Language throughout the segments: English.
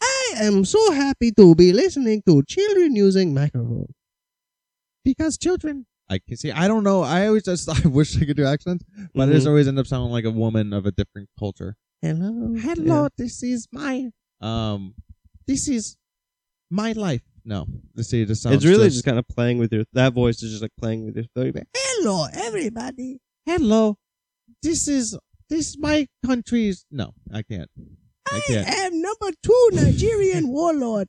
I am so happy to be listening to children using microphone. Because children, I can see. I don't know. I always just I wish I could do accents, but I just Mhm. always end up sounding like a woman of a different culture. hello, Hello, This is my. Um, this is my life. No, this see, it just sounds. It's really just kind of playing with your. That voice is just like playing with your throat. Hello, everybody. hello. This is this is my country's. No, I can't. I can't. am number two Nigerian warlord.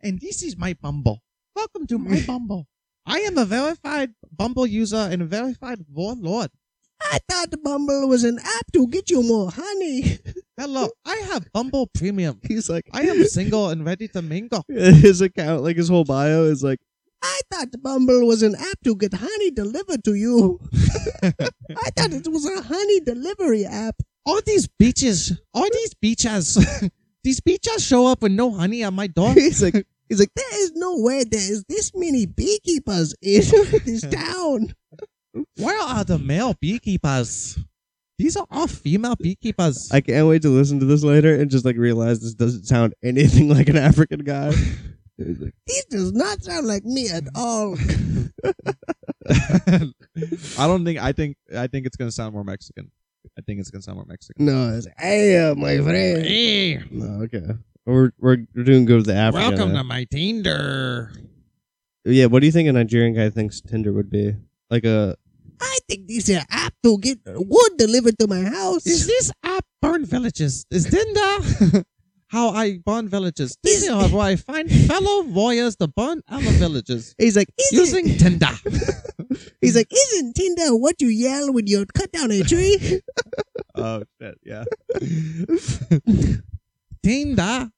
and this is my Bumble. Welcome to my Bumble. I am a verified Bumble user and a verified warlord. I thought Bumble was an app to get you more honey. Hello, I have Bumble Premium. He's like, I am single and ready to mingle. His account, like his whole bio, is like, I thought Bumble was an app to get honey delivered to you. I thought it was a honey delivery app. All these beaches, all these beaches, these beaches show up with no honey on my door. He's like, he's like, there is no way there is this many beekeepers in this town. Where are the male beekeepers? These are all female beekeepers. I can't wait to listen to this later and just like realize this doesn't sound anything like an African guy. He's like, He does not sound like me at all. I don't think. I think. I think it's gonna sound more Mexican. I think it's gonna sound more Mexican. No, it's hey, my friend. Hey, no, Oh, okay. We're, we're, we're doing good with the African. welcome now. to my Tinder. Yeah, what do you think a Nigerian guy thinks Tinder would be? Like a I think this is an app to get wood delivered to my house. Is this app burn villages? Is Tinder how I burn villages? This is Is- how I find fellow warriors to burn other villages he's like Is it- using Tinder. he's like, isn't Tinder what you yell when you cut down a tree? oh shit yeah Tinder.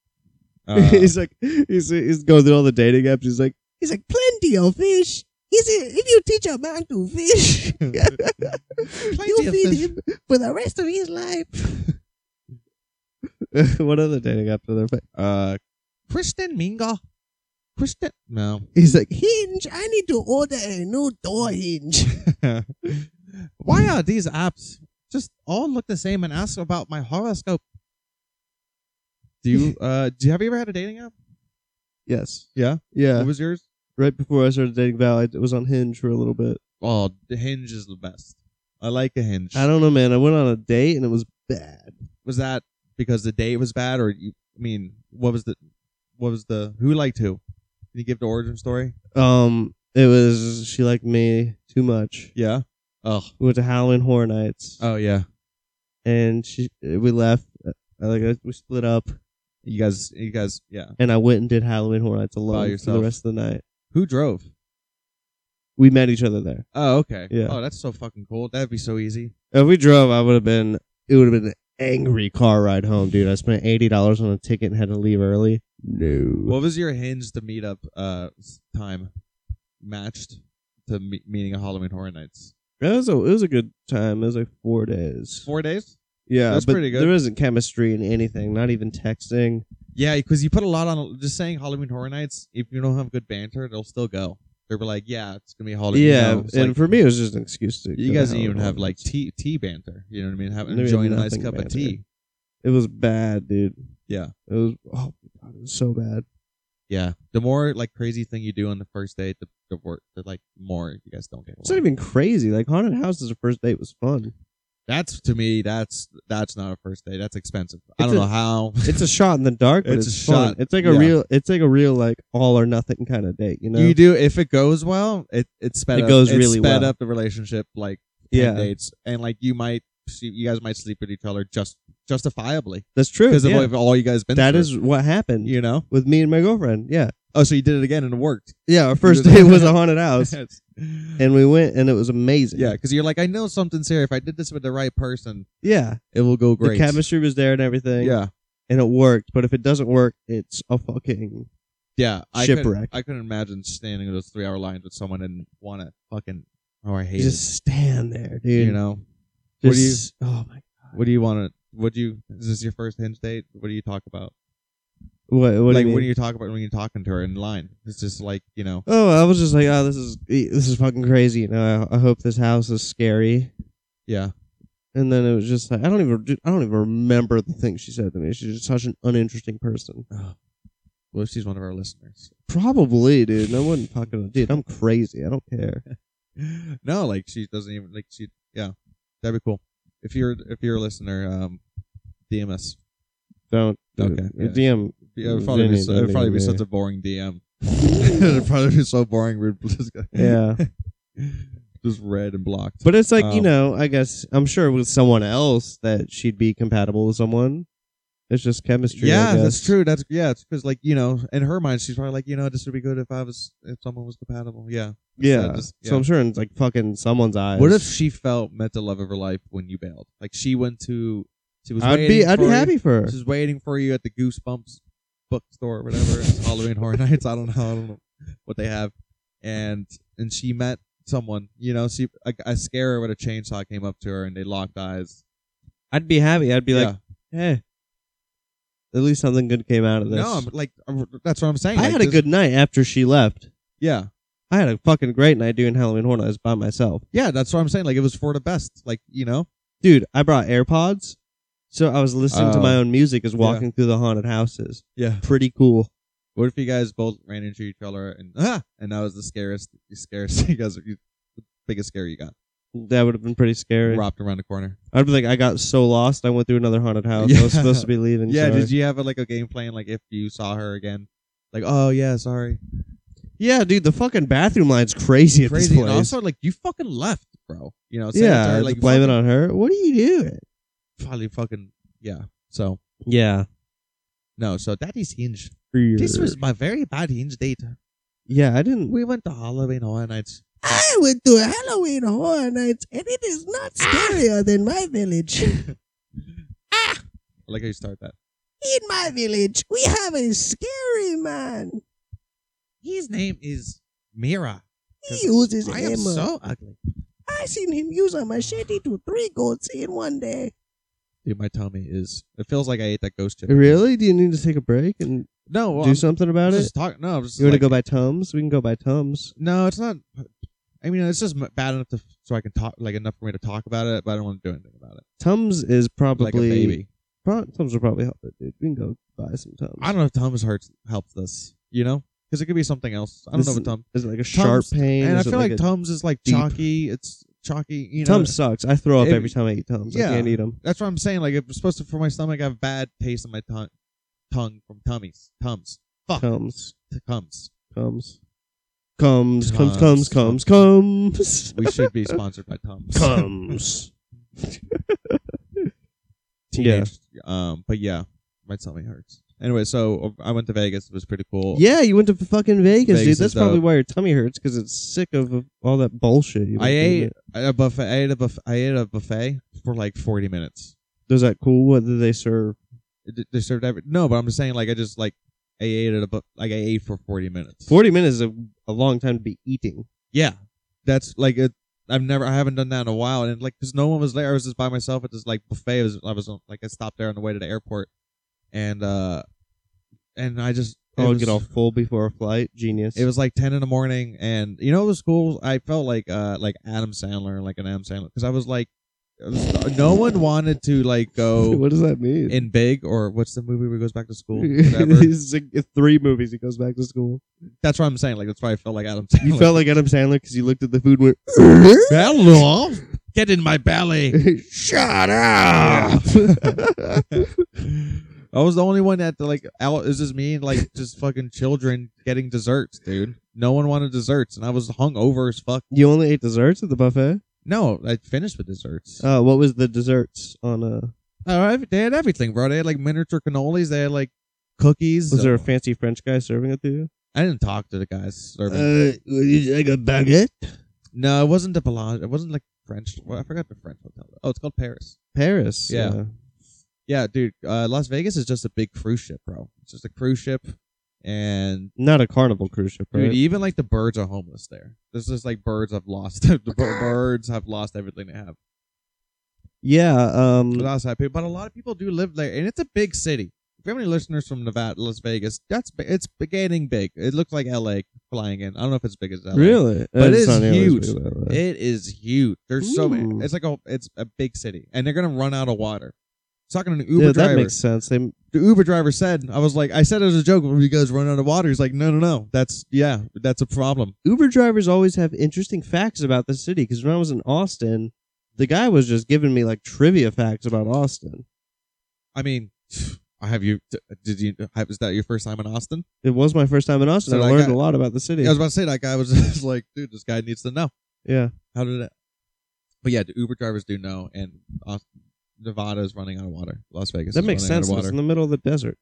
Uh, he's like he's he's going through all the dating apps he's like He's like, plenty of fish. He said, if you teach a man to fish, plenty you of feed fish. him for the rest of his life. what other dating apps are there but uh Kristen Mingo. Kristen. No. he's like Hinge, I need to order a new door hinge. Why are these apps just all look the same and ask about my horoscope? Do you uh do you have you ever had a dating app? yes Yeah. yeah What was yours? right before I started dating Val I was on Hinge for a little bit Oh, the Hinge is the best. I like a Hinge. I don't know man I went on a date and it was bad was that because the date was bad, or you, I mean, what was the, what was the who liked who? Can you give the origin story? um it was she liked me too much Yeah. Oh. we went to Halloween Horror Nights Oh yeah. and she we left uh, like uh, we split up You guys, you guys, yeah. and I went and did Halloween Horror Nights By alone for yourself. the rest of the night. Who drove? We met each other there. Oh, okay. Yeah. Oh, that's so fucking cool. That'd be so easy. If we drove, I would have been. It would have been an angry car ride home, dude. I spent eighty dollars on a ticket and had to leave early. No. What was your Hinge to meet up uh s- time matched to me- meeting a Halloween Horror Nights? It was a it was a good time. It was like four days. Four days. yeah, that's but pretty good. There isn't chemistry in anything. Not even texting. Yeah, because you put a lot on just saying Halloween Horror Nights. If you don't have good banter, they'll still go. They were like, yeah, it's gonna be Halloween. you yeah, know, it's and like- for me, it was just an excuse to. You go to guys didn't Halloween even have Horror like Nights. tea tea banter. You know what I mean? Have, There was enjoying a nice nothing cup of banter. tea. It was bad, dude. Yeah. It was oh my god, it was so bad. Yeah. The more like crazy thing you do on the first date, the the, wor- the like more you guys don't get. It's not along. even crazy. Like haunted houses, the first date was fun. That's to me. That's that's not a first date. That's expensive. I It's don't a- know how. it's a shot in the dark. But It's it's, a fun. shot. It's like a Yeah. real. It's like a real like all or nothing kind of date. You know. You do if it goes well, it it sped It up. goes it really sped well. up the relationship like 10 yeah, dates, and like you might see- you guys might sleep with each other just justifiably that's true. because of yeah. what- all you guys been. That through, is what happened you know. with me and my girlfriend. Yeah, Oh, so you did it again and it worked. yeah. Our first did- date was a haunted house, Yes. and we went, and it was amazing. Yeah, because you're like, I know something's here. If I did this with the right person, yeah. it will go great. The chemistry was there and everything. Yeah, and it worked. But if it doesn't work, it's a fucking. yeah. I Shipwreck. Couldn't, I couldn't imagine standing in those three hour lines with someone and want to fucking. Oh, I hate You just stand there, it. dude. You know, what do you- Just, Oh my. what do you want to? What do you? Is this your first hinge date? What do you talk about? What? What like, do you what mean? do you talk about when you're talking to her in line? It's just like you know. Oh, I was just like, oh, this is this is fucking crazy. You know, I, I hope this house is scary. Yeah, And then it was just like I don't even I don't even remember the things she said to me. She's just such an uninteresting person. What if she's one of our listeners? Probably, dude. No one fucking dude. I'm crazy. I don't care. no, like she doesn't even like she. Yeah, that'd be cool. If you're if you're a listener, um, DM us. Don't. Okay, dude. yeah. DM. It would probably, be, Vinny, so, it'd Vinny, probably be Vinny. such a boring DM. it'd probably be so boring. We'd just go, Yeah. just read and blocked. But it's like you Um, know. I guess I'm sure with someone else that she'd be compatible with someone. It's just chemistry. I yeah, that's guess. true. That's yeah, it's because like you know, in her mind, she's probably like you know, this would be good if I was if someone was compatible. Yeah. Yeah. just- So yeah. I'm sure in like fucking someone's eyes. What if she felt met the love of her life when you bailed? Like she went to, she was. I'd be waiting I'd be for you- happy for her. She's waiting for you at the Goosebumps bookstore or whatever. It's Halloween Horror Nights. I don't know. I don't know what they have. And and she met someone. You know, she a, a scarer with a chainsaw came up to her and they locked eyes. I'd be happy. I'd be yeah. like, hey, at least something good came out of this. no, I'm, like I'm- that's what I'm saying. I Like, had a this- good night after she left. Yeah, I had a fucking great night doing Halloween Horror Nights by myself. yeah. That's what I'm saying. Like it was for the best. Like you know. Dude, I brought AirPods, so I was listening to Oh. my own music as walking through the haunted houses. Yeah. Pretty cool. What if you guys both ran into each other and ah, and that was the scariest, the scariest you guys, you, the biggest scare you got, That would have been pretty scary. wrapped around the corner. I'd be like, I got so lost, I went through another haunted house. I was Yeah. supposed to be leaving. Yeah. sorry. Did you have a, like a game plan? Like if you saw her again, like oh yeah, sorry. Yeah, dude, the fucking bathroom line's crazy at crazy. this And place. also, like you fucking left, bro. You know, yeah, sanitary, to like you blame it fucking- on her. What are you doing? probably fucking yeah. So Yeah. no, so that is hinge. This was my very bad hinge date. Yeah, I didn't. We went to Halloween Horror Nights. I went to Halloween Horror Nights, and it is not scarier than my village. I like how you start that. In my village, we have a scary man. His name is Mira. He uses I hammer. am so ugly. I seen him use a machete to three goats in one day. Dude, my tummy is. It feels like I ate that ghost chip. Really? Do you need to take a break and No, well, do I'm something about it? just talking. No, I'm just You want to like- go by Tums? We can go by Tums. No, it's not. I mean, it's just m- bad enough to, so I can talk, like enough for me to talk about it, but I don't want to do anything about it. Tums is probably Like a baby. Pro- Tums will probably help it, dude. We can go buy some Tums. I don't know if Tom's hurts helps this, you know, because it could be something else. I don't This know is- what Tom. Is it like a sharp Tums- pain? And I Is it feel like, a- Tom's is like deep- chalky. It's chalky. You know, Tums sucks. I throw up If- every time I eat Tums. Yeah. I can't eat them. that's what I'm saying. Like it's supposed to for my stomach. I have bad taste in my tongue, tongue from tummies, tums, fuck, Tums. tums. Comes. Comes. Comes. Comes. Tums. Comes. Comes. We should be sponsored by tums. Comes. Yeah. Teenage, Um, but yeah, my tummy hurts. Anyway, so uh, I went to Vegas. It was pretty cool. Yeah, you went to fucking Vegas, Vegas dude. is That's probably dope. why your tummy hurts because it's sick of all that bullshit. You I been ate eating. a buffet. I ate a buff. I ate a buffet for like forty minutes. Is that cool? What do they serve? It- They served every. No, but I'm just saying, like I just like I ate at a bu- like I ate for forty minutes. Forty minutes is a, a long time to be eating. Yeah, that's like it. I've never. I haven't done that in a while, and like because no one was there, I was just by myself at this like buffet. I was, I was on- like I stopped there on the way to the airport, and uh, and I just it Oh, was- get all full before a flight. Genius. It was like ten in the morning, and you know it was cool. I felt like uh like Adam Sandler, like an Adam Sandler, because I was like, I was- no one wanted to like go what does that mean? in big or what's the movie where he goes back to school? Whatever. it's like it's three movies. He goes back to school. that's what I'm saying. Like that's why I felt like Adam Sandler. You felt like Adam Sandler because you looked at the food and hello, get in my belly. went, "Shut up." I was the only one that like out. It's just me and like just fucking children getting desserts, dude. No one wanted desserts, and I was hungover as fuck. you only ate desserts at the buffet. No, I finished with desserts. Uh, what was the desserts on uh Oh, ev- they had everything, bro. They had like miniature cannolis. They had like cookies. Was So- there a fancy French guy serving it to you? I didn't talk to the guys serving. Uh, like a baguette. no, it wasn't the Bellagio. It wasn't like French. Well, I forgot the French hotel. Oh, it's called Paris. Paris. Yeah. Yeah, dude. Uh, Las Vegas is just a big cruise ship, bro. It's just a cruise ship, and Not a carnival cruise ship, right? dude, even like the birds are homeless there. There's just like birds have lost. the bir- birds have lost everything they have. yeah. Um. But outside people, but a lot of people do live there, and it's a big city. If you have any listeners from Nevada, Las Vegas, that's bi- it's beginning big. It looks like L.A. flying in. I don't know if it's big as L.A. Really? But It's it's not nearly huge. as big as that. It is huge. There's so Ooh. many. It's like a it's a big city, and they're gonna run out of water. Talking to an Uber Yeah, that driver, makes sense. They the Uber driver said, "I was like, I said it as a joke. Will you guys run out of water?" He's like, "No, no, no. That's yeah, that's a problem." Uber drivers always have interesting facts about the city because when I was in Austin, the guy was just giving me like trivia facts about Austin. I mean, I have you. Did you? Was that your first time in Austin? It was my first time in Austin. So I that learned guy- a lot about the city. I was about to say that guy was just like, dude, this guy needs to know. yeah. How did it? But yeah, the Uber drivers do know, and Austin, Nevada is running out of water. Las Vegas. That is makes running sense. Out of 'cause water. It's in the middle of the desert.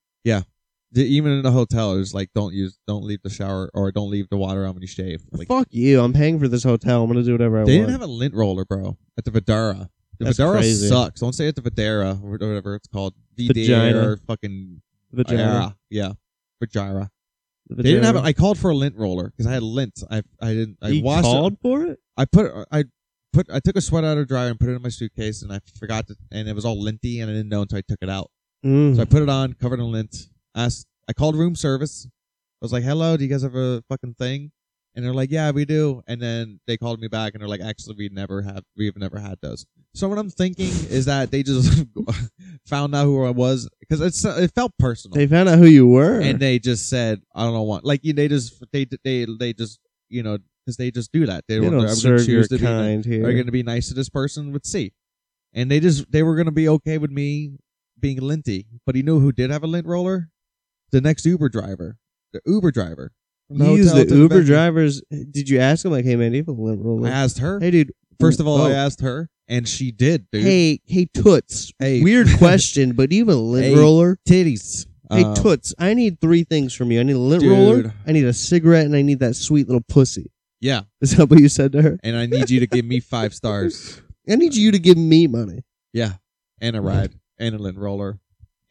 The- even in the hotel, it's like don't use, don't leave the shower or don't leave the water on when you shave. Like, Fuck you. I'm paying for this hotel. I'm going to do whatever I they want. didn't have a lint roller, bro, at the Vidara. The That's Vidara crazy. sucks. Don't say at the Vidara or whatever it's called. Vidara Vagina. or fucking Vagina. Vidara. Yeah, Vidara. They Vagina. didn't have. A, I called for a lint roller because I had lint. I I didn't. I You washed it. called for it? I put I put I took a sweater out of the dryer and put it in my suitcase and I forgot to and it was all linty and I didn't know until I took it out. Mm. So I put it on, covered in lint. Asked I called room service. I was like, Hello, do you guys have a fucking thing? And they're like, Yeah, we do and then they called me back and they're like, Actually we never have we've never had those. So what I'm thinking is that they just found out who I was because it's it felt personal they found out who you were. and they just said, "I don't know what." Like you- they just they they they just you know because they just do that. They, they were- don't I'm gonna serve your choose to be kind ni- here. Are going to be nice to this person with C, and they just they were going to be okay with me being linty. But he knew who did have a lint roller, the next Uber driver, the Uber driver. From you use hotel the to Uber venue. drivers. Did you ask him like, hey man, do you have a lint roller? I asked her hey dude. first of all. I oh. asked her, and she did, dude. Hey, hey toots. Hey. Weird question, but do you have a lint Hey. roller? titties. Hey Um, toots, I need three things from you. I need a lint Dude. roller, I need a cigarette, and I need that sweet little pussy. yeah, Is that what you said to her? and I need you to give me five stars. I need you to give me money. Yeah, and a ride, and a lint roller,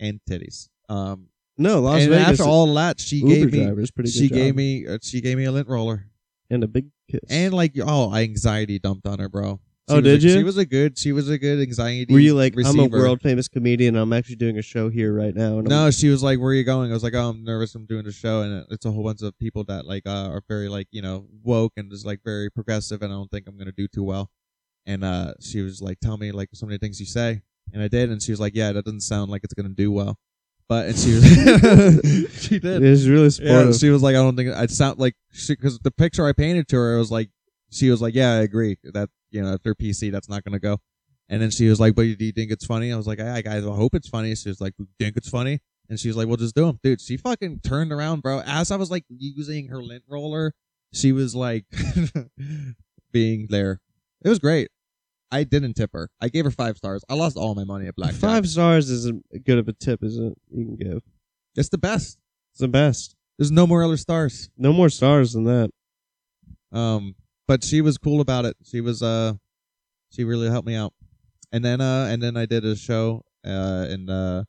and titties. Um, No, Las and Vegas. after all that, she Uber gave me drivers, pretty good she gave job. me uh, she gave me a lint roller and a big kiss. and like oh I anxiety dumped on her, bro. She Oh, was did a- you? She was a good she was a good anxiety. were you like, I'm a receiver. world famous comedian. I'm actually doing a show here right now. And I'm, No, she was like, "Where are you going?" I was like, "Oh, I'm nervous. I'm doing the show, and it- it's a whole bunch of people that like uh, are very like you know woke and just like very progressive, and I don't think I'm gonna do too well." And uh, she was like, "Tell me like so many things you say," and I did, and she was like, "Yeah, that doesn't sound like it's gonna do well," but and she was she did. It was really Yeah, supportive. she was like, I don't think I'd sound like because the picture I painted to her it was like she was like, yeah, I agree that you know if they're PC, that's not gonna go. And then she was like, but do you think it's funny? I was like, I, I hope it's funny. She was like, you think it's funny? And she was like, well, just do them, dude. She fucking turned around, bro. As I was like using her lint roller, she was like being there. It was great. I didn't tip her. I gave her five stars. I lost all my money at blackjack. Five stars is as good of a tip as it you can give. It's the best. It's the best. There's no more other stars. No more stars than that. Um, but she was cool about it. She was uh, she really helped me out. And then uh, and then I did a show uh in uh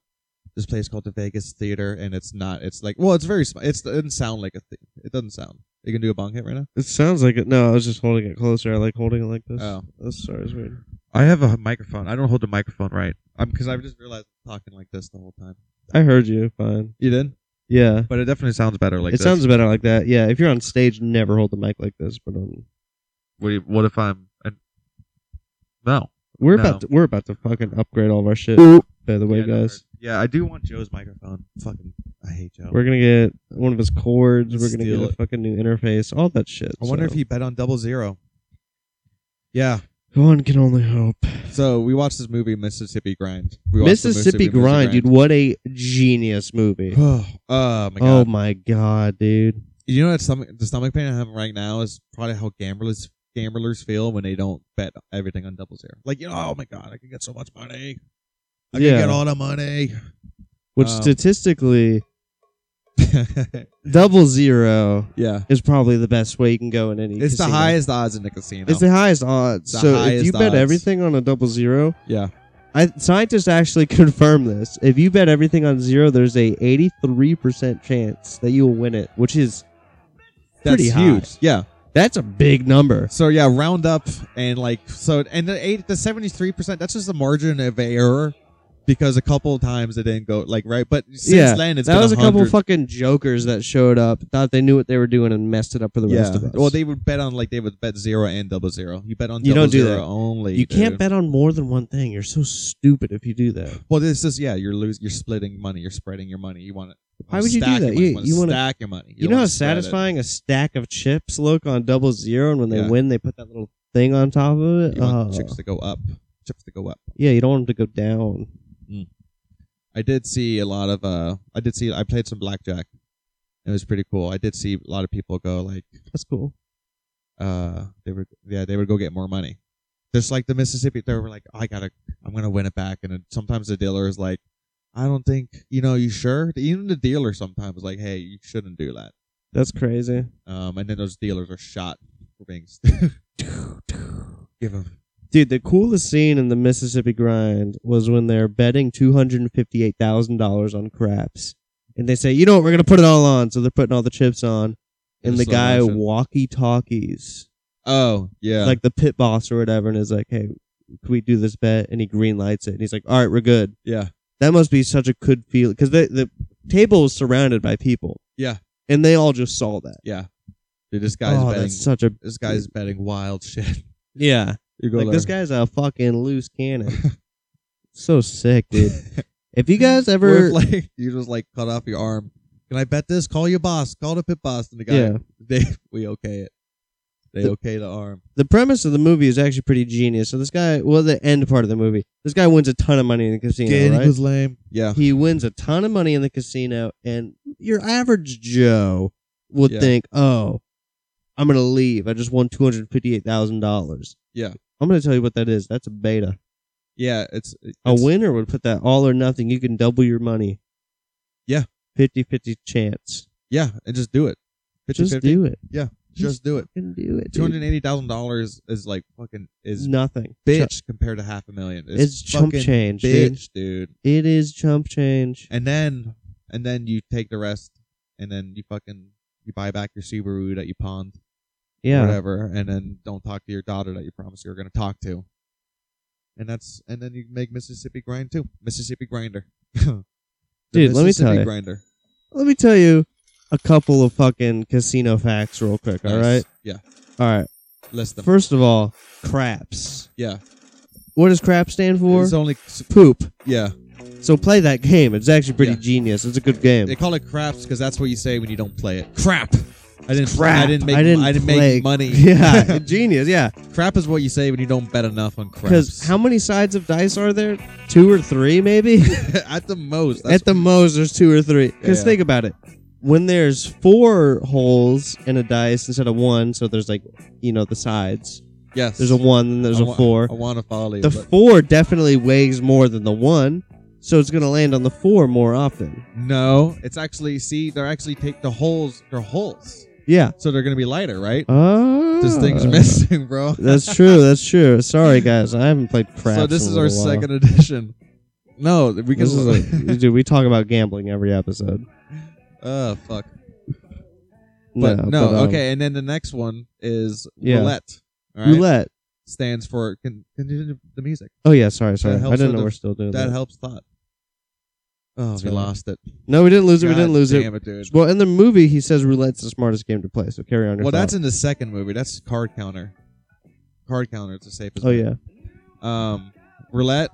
this place called the Vegas Theater, and it's not. It's like well, it's very small. It's it doesn't sound like a thing. It doesn't sound. You can do a bong hit right now. It sounds like it. No, I was just holding it closer. I like holding it like this. Oh. This star is weird. I have a microphone. I don't hold the microphone right. I'm because I've just realized I'm talking like this the whole time. I heard you. Fine. You did, Yeah. but it definitely sounds better like it sounds better like that. Yeah. If you're on stage, never hold the mic like this. But um, What, if- what if I'm? and- no. we're No. about to, we're about to fucking upgrade all of our shit. By the way, Yeah, no, guys, yeah, I do want Joe's microphone. Fucking, I hate Joe. we're gonna get one of his cords. We're gonna Steal get a it. fucking new interface. All that shit. I wonder if so. he bet on double zero. Yeah. One can only hope. So we watched this movie, Mississippi Grind. We watched the Mississippi Grind, dude. What a genius movie. oh my god. oh my god, dude. You know that stomach, the stomach pain I have right now is probably how gamblers gamblers feel when they don't bet everything on double zero. Like you know, oh my god, I can get so much money. I Yeah. can get all the money. Which Um, statistically, double zero yeah, is probably the best way you can go in any. it's the casino. highest odds in the casino. It's the highest odds. The so if highest you bet odds. everything on a double zero, yeah, I, scientists actually confirm this. If you bet everything on zero, there's a 83% chance that you will win it, which is that's Pretty high. huge. Yeah. that's a big number. So yeah, round up and like so, and the eight, the seventy three percent. That's just the margin of error because a couple of times it didn't go like right. But since Yeah, then, it's that been was a couple 100 fucking jokers that showed up, thought they knew what they were doing, and messed it up for the rest of us. Well, they would bet on like they would bet zero and double zero. You bet on You double don't do zero that. only. you can't dude. bet on more than one thing. You're so stupid if you do that. Well, this is yeah. You're losing. You're splitting money. You're spreading your money. You want to. Why would you do stack Your that? money. You- You, want you to wanna- stack your money. You, don't know wanna how spread it. satisfying a stack of chips look on double zero, and when they Yeah. win, they put that little thing on top of it. You want Oh. chips to go up. Chips to go up. Yeah, you don't want them to go down. I did see a lot of uh I did see I played some blackjack. It was pretty cool. I did see a lot of people go like That's cool. uh they were yeah, they would go get more money. Just like the Mississippi they were like, "Oh, I gotta I'm gonna win it back and then sometimes the dealer is like, I don't think you know, you sure? Even the dealer sometimes is like, Hey, you shouldn't do that. That's crazy. Um and then those dealers are shot for being st- give them Dude, the coolest scene in the Mississippi grind was when they're betting two hundred and fifty eight thousand dollars on craps. And they say, you know what, we're gonna put it all on. So they're putting all the chips on. And In the slow guy motion. walkie talkies. Oh, yeah. Like the pit boss or whatever, and is like, Hey, can we do this bet? And he green lights it and he's like, All right, we're good. yeah. That must be such a good feel because the the table was surrounded by people. Yeah. And they all just saw that. Yeah. Dude, this guy's oh, betting that's such a this guy's betting wild shit. Yeah. You go Like this there. guy's a fucking loose cannon. so sick, dude. If you guys ever Where it's like you just like cut off your arm. Can I bet this? Call your boss. Call the pit boss. And the guy, Yeah. they we okay it. They The- okay the arm. the premise of the movie is actually pretty genius. So this guy, well, the end part of the movie, this guy wins a ton of money in the casino, right? lame. Yeah, He wins a ton of money in the casino, and your average Joe would Yeah. think, "Oh, I'm gonna leave. I just won two hundred fifty-eight thousand dollars." Yeah. I'm gonna tell you what that is. That's a beta. yeah. It's, it's a winner would put that all or nothing. You can double your money. Yeah. 50-50 chance. Yeah, and just do it. 50, Just do it. Just do it. Fucking do it. Two dude. hundred eighty thousand dollars is like fucking is nothing. bitch compared to half a million. It's, It's chump fucking change, dude. bitch, dude. It is chump change. And then and then you take the rest, and then you fucking you buy back your Subaru that you pawned. Yeah. whatever, and then don't talk to your daughter that you promised you were going to talk to. And that's and then you make Mississippi grind too. Mississippi grinder. The Dude, let me Mississippi tell you. Grinder. Let me tell you a couple of fucking casino facts real quick, all right? Nice. Yeah. All right. List them. First of all, craps. yeah. What does crap stand for? It's only s- Poop. yeah. So play that game. It's actually pretty Yeah. genius. It's a good game. They call it craps because that's what you say when you don't play it. Crap. I didn't. crap. I didn't make. I didn't play- make money. Yeah. genius, yeah. crap is what you say when you don't bet enough on Because craps. how many sides of dice are there? Two or three, maybe? at the most. That's, At the most, there's two or three. Because Yeah. think about it. When there's four holes in a dice instead of one, so there's like, you know, the sides. yes. There's a one, then there's I a wa- four. I want to follow you. The but four definitely weighs more than the one, so it's going to land on the four more often. no, it's actually see. They're actually take the holes. They're holes. Yeah. So they're gonna be lighter, right? Oh. This thing's missing, bro. that's true. That's true. Sorry, guys. I haven't played craps. so this in a is our little while. second edition. No, we can. This is a, dude, we talk about gambling every episode. oh fuck! But no, um, okay. And then the next one is Yeah. roulette. All right, Roulette. stands for can, can you do the music Oh yeah, sorry, sorry. I helps didn't with know the- we're still doing that that. helps thought. Oh, we Sorry. lost it. No, we didn't lose it. We God didn't lose it. damn it, dude. Well, in the movie, he says roulette's the smartest game to play. So carry on. Your Well, that's thought. in the second movie. That's card counter. Card counter. It's the safest. oh bet. yeah, Um, roulette,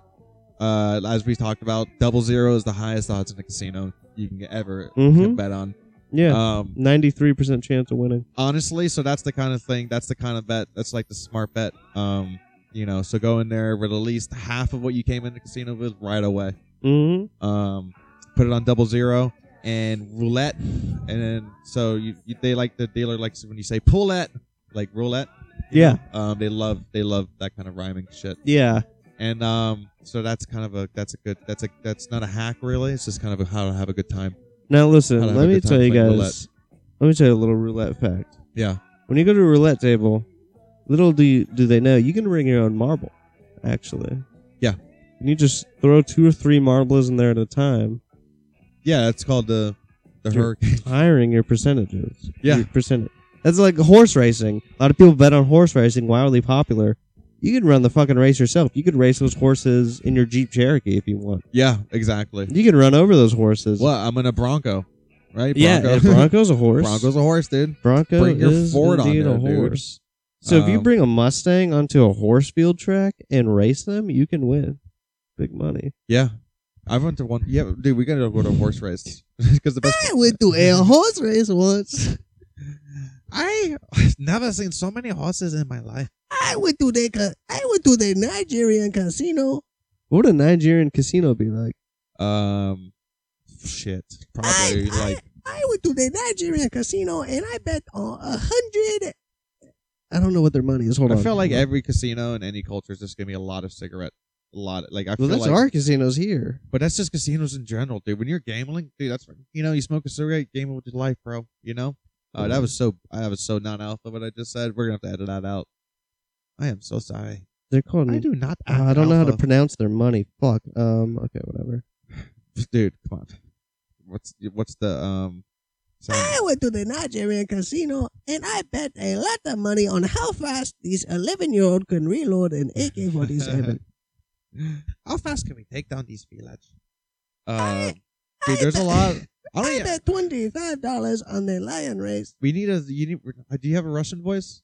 uh, as we talked about, double zero is the highest odds in the casino you can ever Mhm. bet on. yeah. Um, Ninety-three percent chance of winning. honestly, so that's the kind of thing. That's the kind of bet. That's like the smart bet. Um, you know, so go in there with at least half of what you came in the casino with right away. Mm-hmm. Um, put it on double zero and roulette, and then so you, you they like the dealer likes when you say pull that like roulette. Yeah, Um, they love they love that kind of rhyming shit. yeah. And um, so that's kind of a that's a good that's a that's not a hack really. It's just kind of a, how to have a good time. Now I'll listen, have let a me good time tell you guys. playing Let me tell you a little roulette fact. Yeah. When you go to a roulette table, little do you, do they know you can bring your own marble. Actually, Yeah. And you just throw two or three marbles in there at a time, Yeah, it's called the the Dude. hurricane. hiring your percentages. Yeah. Your percentage. That's like horse racing. A lot of people bet on horse racing, wildly popular. You could run the fucking race yourself. You could race those horses in your Jeep Cherokee if you want. Yeah, exactly. You could run over those horses. Well, I'm in a Bronco, right? Yeah, Bronco. a Bronco's a horse. Bronco's a horse, dude. Bronco Bring your is Ford on indeed there, a dude. horse. So if you Um, bring a Mustang onto a horse field track and race them, you can win big money. Yeah, I went to one. Yeah, dude, we gotta go to a horse race because the best. I went to a horse race once. I never seen so many horses in my life. I went to the ca- I went to the Nigerian casino. What would a Nigerian casino be like? Um, shit, probably I- I- like I went to the Nigerian casino and I bet on a hundred. I don't know what their money is. Hold I on. feel like every casino in any culture is just gonna be a lot of cigarette, a lot. like I feel Well, that's like, our casinos here. but that's just casinos in general, dude. When you're gambling, dude, that's you know you smoke a cigarette, you gamble with your life, bro. You know, uh, that was so I was so non alpha what I just said. We're gonna have to edit that out. I am so sorry. They're called. I do not. Uh, act I don't know how to alpha. pronounce their money. Fuck. Um. Okay. Whatever. dude. Come on. What's what's the um? I Sound? went to the Nigerian casino and I bet a lot of money on how fast this 11 year old can reload an AK 47. How fast can we take down these village? Uh, I- dude, I there's a bet- lot. I don't. I even- bet $25 on the lion race. we need a. You need. uh, Do you have a Russian voice?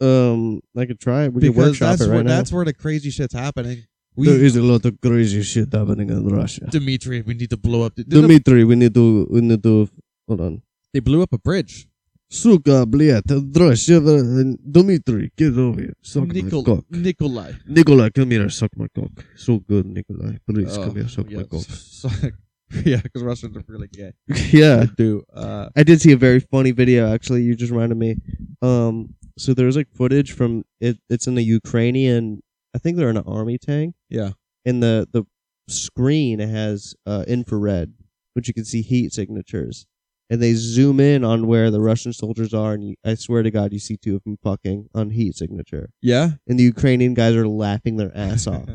Um. I could try it. We could because workshop that's it right where now. that's where the crazy shit's happening. We, is a lot of crazy shit happening in Russia. Dimitri, we need to blow up. The, Dmitry, we need to. We need to. Hold on. they blew up a bridge. Сука, блядь, дрожь, Дмитрий, get over here. Suck my Nikol- cock. Nikolai. Nikolai, come here, suck my cock. So good, Nikolai. Please, Oh, come here, suck my yeah, cock. suck- yeah, because Russians are really gay. yeah. I do. Uh, I did see a very funny video actually. You just reminded me. Um, so there was like footage from it. It's in the Ukrainian. I think they're in an army tank. Yeah. And the the screen has uh, infrared, which you can see heat signatures. And they zoom in on where the Russian soldiers are, and you, I swear to God, you see two of them fucking on heat signature. yeah. And the Ukrainian guys are laughing their ass off.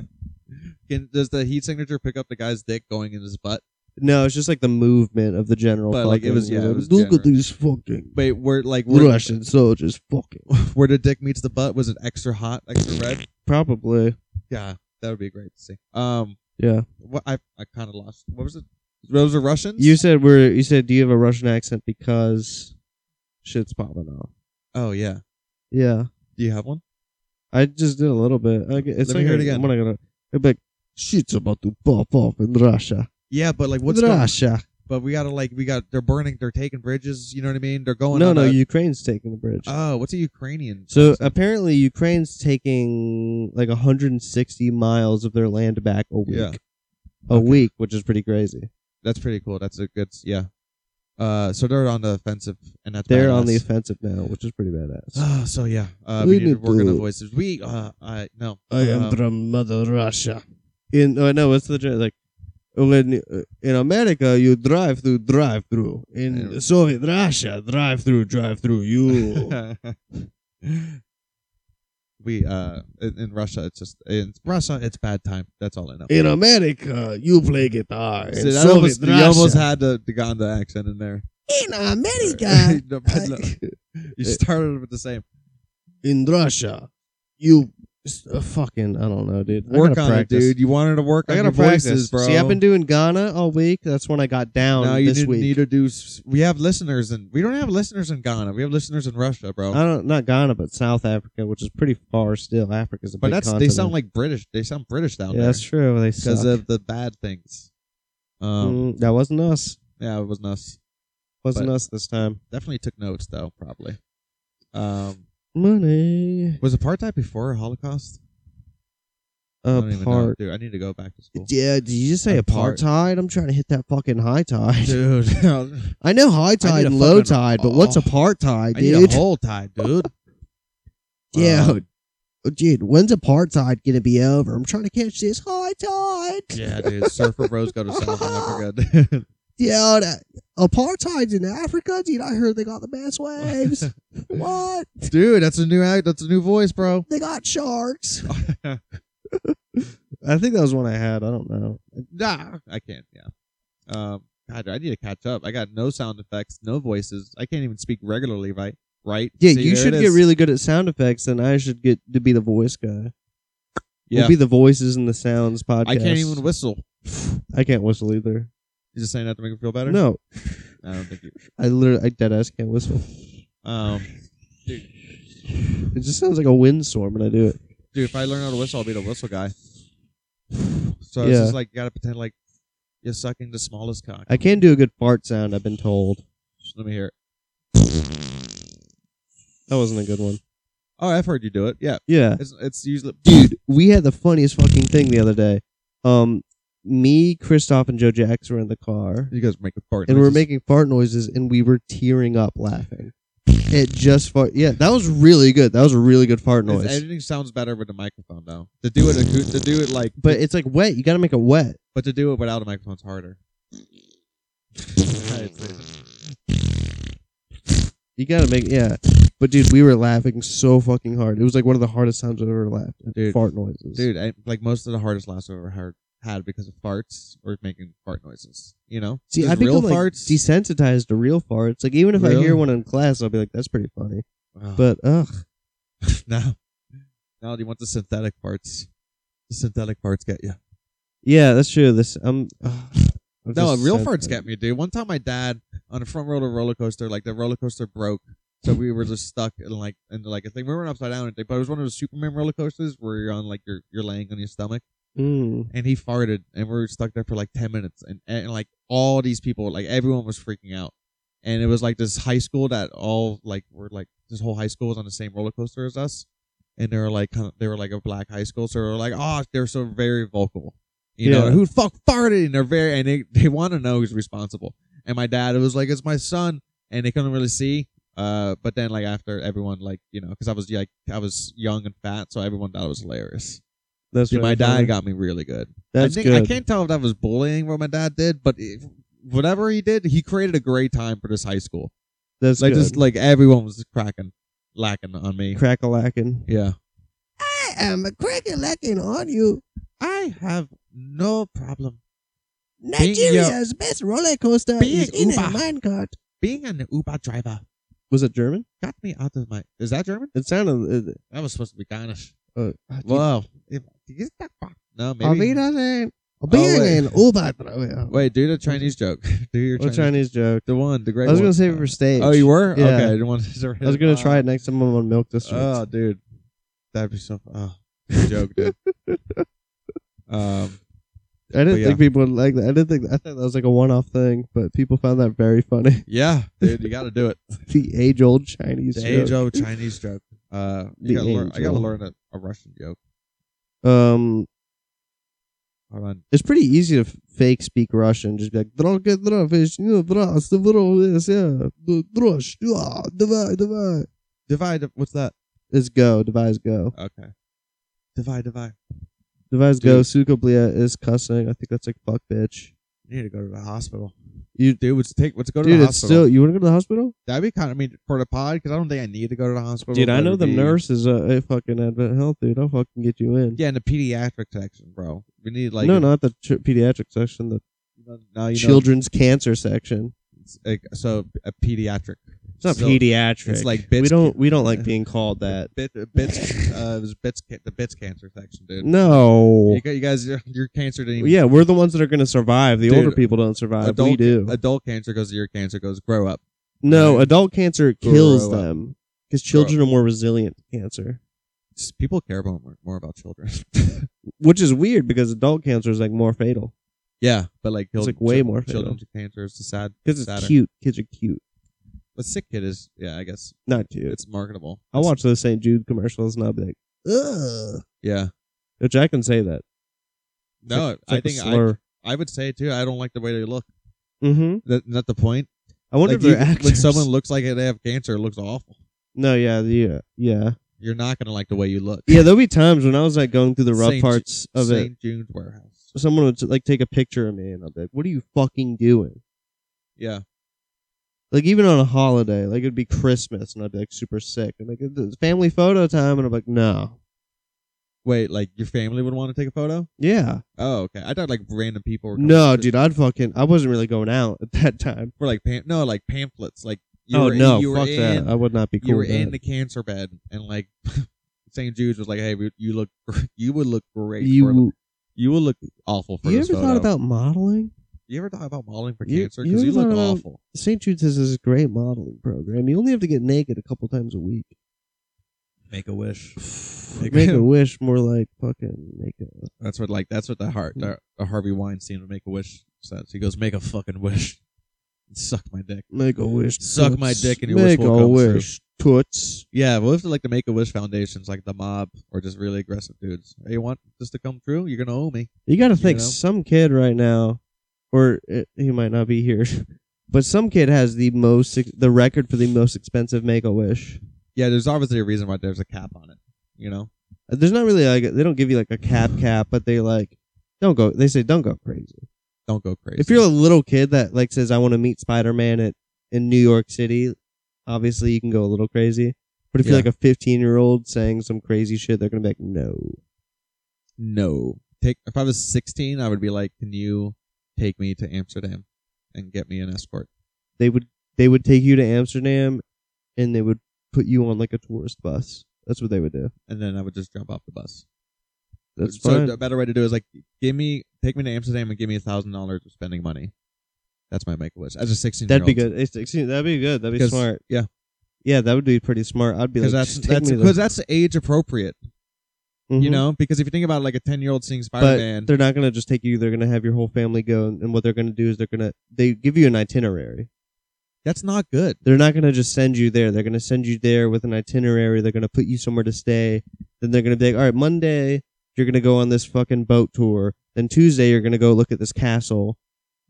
Can, does the heat signature pick up the guy's dick going in his butt? No, it's just like the movement of the general. But, like, it fucking- was- yeah, it was Look general. at these fucking Wait, where like where, Russian soldiers fucking. where the dick meets the butt was it extra hot, extra red? Probably. Yeah, that would be great to see. Um, Yeah. what I I kind of lost. What was it? Those are Russians. You said we're you said do you have a Russian accent because shit's popping off. oh yeah. Yeah. Do you have one? I just did a little bit. I, g- it's Let me like hear it a- again. I'm not gonna it's like shit's about to pop off in Russia. Yeah, but like what's going? Russia? But we gotta like we got they're burning, they're taking bridges. You know what I mean? They're going. No, on no, a- Ukraine's taking the bridge. Oh, what's a Ukrainian? so person? apparently Ukraine's taking like 160 miles of their land back a week. Yeah. A week, which is pretty crazy. that's pretty cool. That's a good yeah. Uh, so they're on the offensive, and that's They're on badass. the offensive now, which is pretty badass. Oh, so yeah, uh, We we, need to need work on the to- voices. We, uh, I no, Um, from Mother Russia. In oh no, what's the gen- like? When uh, in America you drive through drive through. In Yeah. Soviet Russia, drive through drive through. You we uh in, in Russia it's just in Russia it's bad time. That's all I know. in America you play guitar. See, in that Soviet almost, you Russia, almost had the, the Ganda accent in there. In America, No, but no. you started with the same. in Russia you s- uh, fucking I don't know, dude. I Work gotta on practice. it, dude. You wanted to work I on gotta your practice, voices, bro. See, I've been doing Ghana all week. That's when I got down now you this didn't week. need to do. s- We have listeners in. We don't have listeners in Ghana. We have listeners in Russia, bro. I don't not Ghana, but South Africa, which is pretty far still. Africa's a but big that's they continent. sound like British. They sound British down yeah, there that's true. They because suck. of the bad things. Um, Mm, that wasn't us. yeah, it wasn't us. Wasn't but- us this time. Definitely took notes though, probably. Um, Money. was apartheid before Holocaust? I don't even know, Apart. dude. I need to go back to school, Yeah, did you just say Apart. apartheid? I'm trying to hit that fucking high tide. dude. I know high tide need a and low fucking- tide, but what's oh. apartheid, I need dude? a whole tide, dude. yeah. Um, Dude, when's apartheid gonna be over? I'm trying to catch this high tide. yeah, dude. Surfer bros go to South Africa. dude. Yeah, apartheid's in Africa. Dude, I heard they got the best waves. what? dude, that's a new act. That's a new voice, bro. They got sharks. I think that was one I had. I don't know. nah, I can't. Yeah. Um, God, I need to catch up. I got no sound effects, no voices. I can't even speak regularly, right? Right? Yeah, See, you there should it get is. really good at sound effects, and I should get to be the voice guy. Yeah. We'll be the voices and the sounds podcast. I can't even whistle. I can't whistle either. You just saying that to make me feel better? No, I don't think you. I literally, I dead ass can't whistle. Um, It just sounds like a windstorm when I do it. dude, if I learn how to whistle, I'll be the whistle guy. So it's Yeah. just like you gotta pretend like you're sucking the smallest cock. I can do a good fart sound. I've been told Let me hear it. that wasn't a good one. Oh, I've heard you do it. Yeah, Yeah, it's, it's usually dude, we had the funniest fucking thing the other day. Um, me, Christoph, and Joe Jax were in the car, You guys make the fart. and we were noises. making fart noises, and we were tearing up laughing. It just fart. Yeah, that was really good. That was a really good fart It's- noise. Everything sounds better with the microphone though. To do it, acou- to do it like, But it's like wet. You got to make it wet. but to do it without a microphone's harder. You gotta make yeah. But dude, we were laughing so fucking hard. It was like one of the hardest times I've ever laughed. at. Dude. Fart noises. Dude, I, like most of the hardest laughs I've ever heard, had because of farts or making fart noises. You know, See, Just I real become like, farts. desensitized to real farts. Like even if I Really? hear one in class, I'll be like, "That's pretty funny." Ugh. But ugh, now, now do you want the synthetic parts? The synthetic parts get you. yeah, that's true. This I'm. ugh, I'm No, just real sad. farts get me, dude. One time, my dad on the front row of a roller coaster, like the roller coaster broke, so we were just stuck in like and like I think we were upside down. and thing, But it was one of those Superman roller coasters where you're on like you're you're laying on your stomach. Mm. and he farted and we were stuck there for like 10 minutes and, and like all these people like everyone was freaking out and it was like this high school that all like were like this whole high school was on the same roller coaster as us and they were like kind of, they were like a black high school so they were like oh they're so very vocal you know Yeah. who the fuck farted and they're very and they, they want to know who's responsible and my dad was like it's my son and they couldn't really see uh, but then like after everyone like you know because I was like I was young and fat so everyone thought it was hilarious. That's Dude, really my dad funny. got me really good. I That's think good. I can't tell if that was bullying what my dad did, but if, whatever he did, he created a great time for this high school. That's like good. just like everyone was cracking, lacking on me. crack a lacking. Yeah, I am cracking lacking on you. I have no problem Nigeria's best roller coaster Being is in a Uber. minecart. being an Uber driver. Was it German? Got me out of my. Is that German? It sounded. It, That was supposed to be Danish. uh, uh, Wow. No, dude, maybe. Oh, Wiedersehen. Being wait. an Uber driver. Wait, do the Chinese joke. Do your What Chinese. Chinese joke? The one, the great. I was one. gonna save it for stage. Oh, you were. Yeah. Okay, I didn't want to. I was gonna try it next time I'm on Milk District. Oh, dude, that'd be so. Oh, good joke, dude. um, I didn't But yeah. think people would like that. I didn't think I thought that was like a one-off thing, but people found that very funny. yeah, dude, you got to do it. the age-old Chinese. The joke. age-old Chinese joke. Uh, you The gotta learn, I gotta age-old. learn a, a Russian joke. Um, Hold on. it's pretty easy to f- fake speak Russian. Just be like, "Дорогая дорога, вещь, ну, дорога, с дорога, yes, yeah, д- дрожь, yeah, давай, давай." Divide. What's that? ah, It's go. Devise go. Okay. Divide. Divide. Devise go. Dude. Sukoblia is cussing. I think that's like fuck bitch. You need to go to the hospital. You Dude, let's take. Let's go to dude, the it's hospital. still. You want to go to the hospital? That'd be kind of. I mean, for the pod, because I don't think I need to go to the hospital. Dude, but I know it'd the be- nurse is a, a fucking Advent Health dude. I'll fucking get you in. Yeah, in the pediatric section, bro. We need like no, not the ch- pediatric section. The Now you know, children's cancer section. it's, like, so a pediatric. It's not So, pediatric. it's like bitch we don't ca- we don't like being called that. Bit, uh, bits, uh, it was bits, ca- the bits cancer section, dude. No. You, gu- you guys, your, your cancer didn't even. Yeah, we're the ones that are going to survive. The Dude, older people don't survive. we adult, do. adult cancer goes to your cancer goes grow up. no, adult cancer kills Grow up. them because children are more resilient to cancer, S- People care about more, more about children. which is weird because adult cancer is like more fatal yeah, but like children, like, way chil- more children to cancer is sad. because it's Sadder. cute. Kids are cute, But sick kid is yeah, I guess not cute. it's marketable. I It's- watch those St. Jude commercials and I'll be like, Ugh. Yeah, which I can say that. no, It's like I think a slur. I I would say too. I don't like the way they look. I, mm-hmm. That not the point. I wonder Like, if you- they're actors. when someone looks like they have cancer, it looks awful. No, yeah, yeah, yeah, You're not gonna like the way you look. yeah. There'll be times when I was like going through the rough Saint Ju- parts of it. St. June's warehouse. someone would like take a picture of me and I'd be like, "What are you fucking doing?" Yeah, Like even on a holiday, like it'd be Christmas and I'd be like super sick and like it's family photo time and I'm like, "No, wait, like your family would want to take a photo? yeah, Oh, okay. I thought like random people were. coming no, up to- dude, I'd fucking I wasn't really going out at that time. Or like pam- no, like pamphlets. Like you oh were, no, you were fuck in, that, I would not be cool. You were with in that. the cancer bed, and like St. Jude's was like, "Hey, we- you look, you would look great. for, you you would look awful for you this ever thought photo. about modeling? you ever thought about modeling for You- cancer? you Because you, ever look thought about- awful. St. Jude's has this great modeling program. You only have to get naked a couple times a week. Make a wish. Make Make a- a wish, more like fucking make a. That's what like that's what the heart the, the Harvey Weinstein would make a wish says. He goes, make a fucking wish. Suck my dick. Make a wish. Suck my toots. dick and your wish Make will a come true. wish. Toots. Yeah, what if like the Make a Wish foundations, like the mob, or just really aggressive dudes? Hey, you want this to come true? You're gonna owe me. You got to You think know? some kid right now, or uh, he might not be here, but some kid has the most ex- the record for the most expensive Make a Wish. Yeah, there's obviously a reason why there's a cap on it. You know, There's not really like they don't give you like a cap cap, but they like don't go. They say don't go crazy. don't go crazy. If you're a little kid that like says I want to meet Spider Man at in New York City, obviously you can go a little crazy. But if Yeah. you're like a 15 year old saying some crazy shit, they're gonna be like, no. no, take if I was 16, I would be like, can you take me to Amsterdam and get me an escort? They would they would take you to Amsterdam, and they would put you on like a tourist bus. That's what they would do. And then I would just jump off the bus. That's so fine. the better way to do it is like, give me, take me to Amsterdam and give me a thousand dollars of spending money. That's my make a wish as a 16. That'd be good. It's- excuse- that'd be good. That'd be Because- smart. yeah. Yeah, that would be pretty smart. I'd be because like, that's "Just take that's me to because that's age appropriate. the-" You Mhm. know, because if you think about it, like a 10 year old seeing Spider but Man, they're not gonna just take you. They're gonna have your whole family go, and, and what they're gonna do is they're gonna they give you an itinerary. that's not good. They're not gonna just send you there. They're gonna send you there with an itinerary. They're gonna put you somewhere to stay. Then they're gonna be like, all right, Monday you're gonna go on this fucking boat tour. Then Tuesday you're gonna go look at this castle.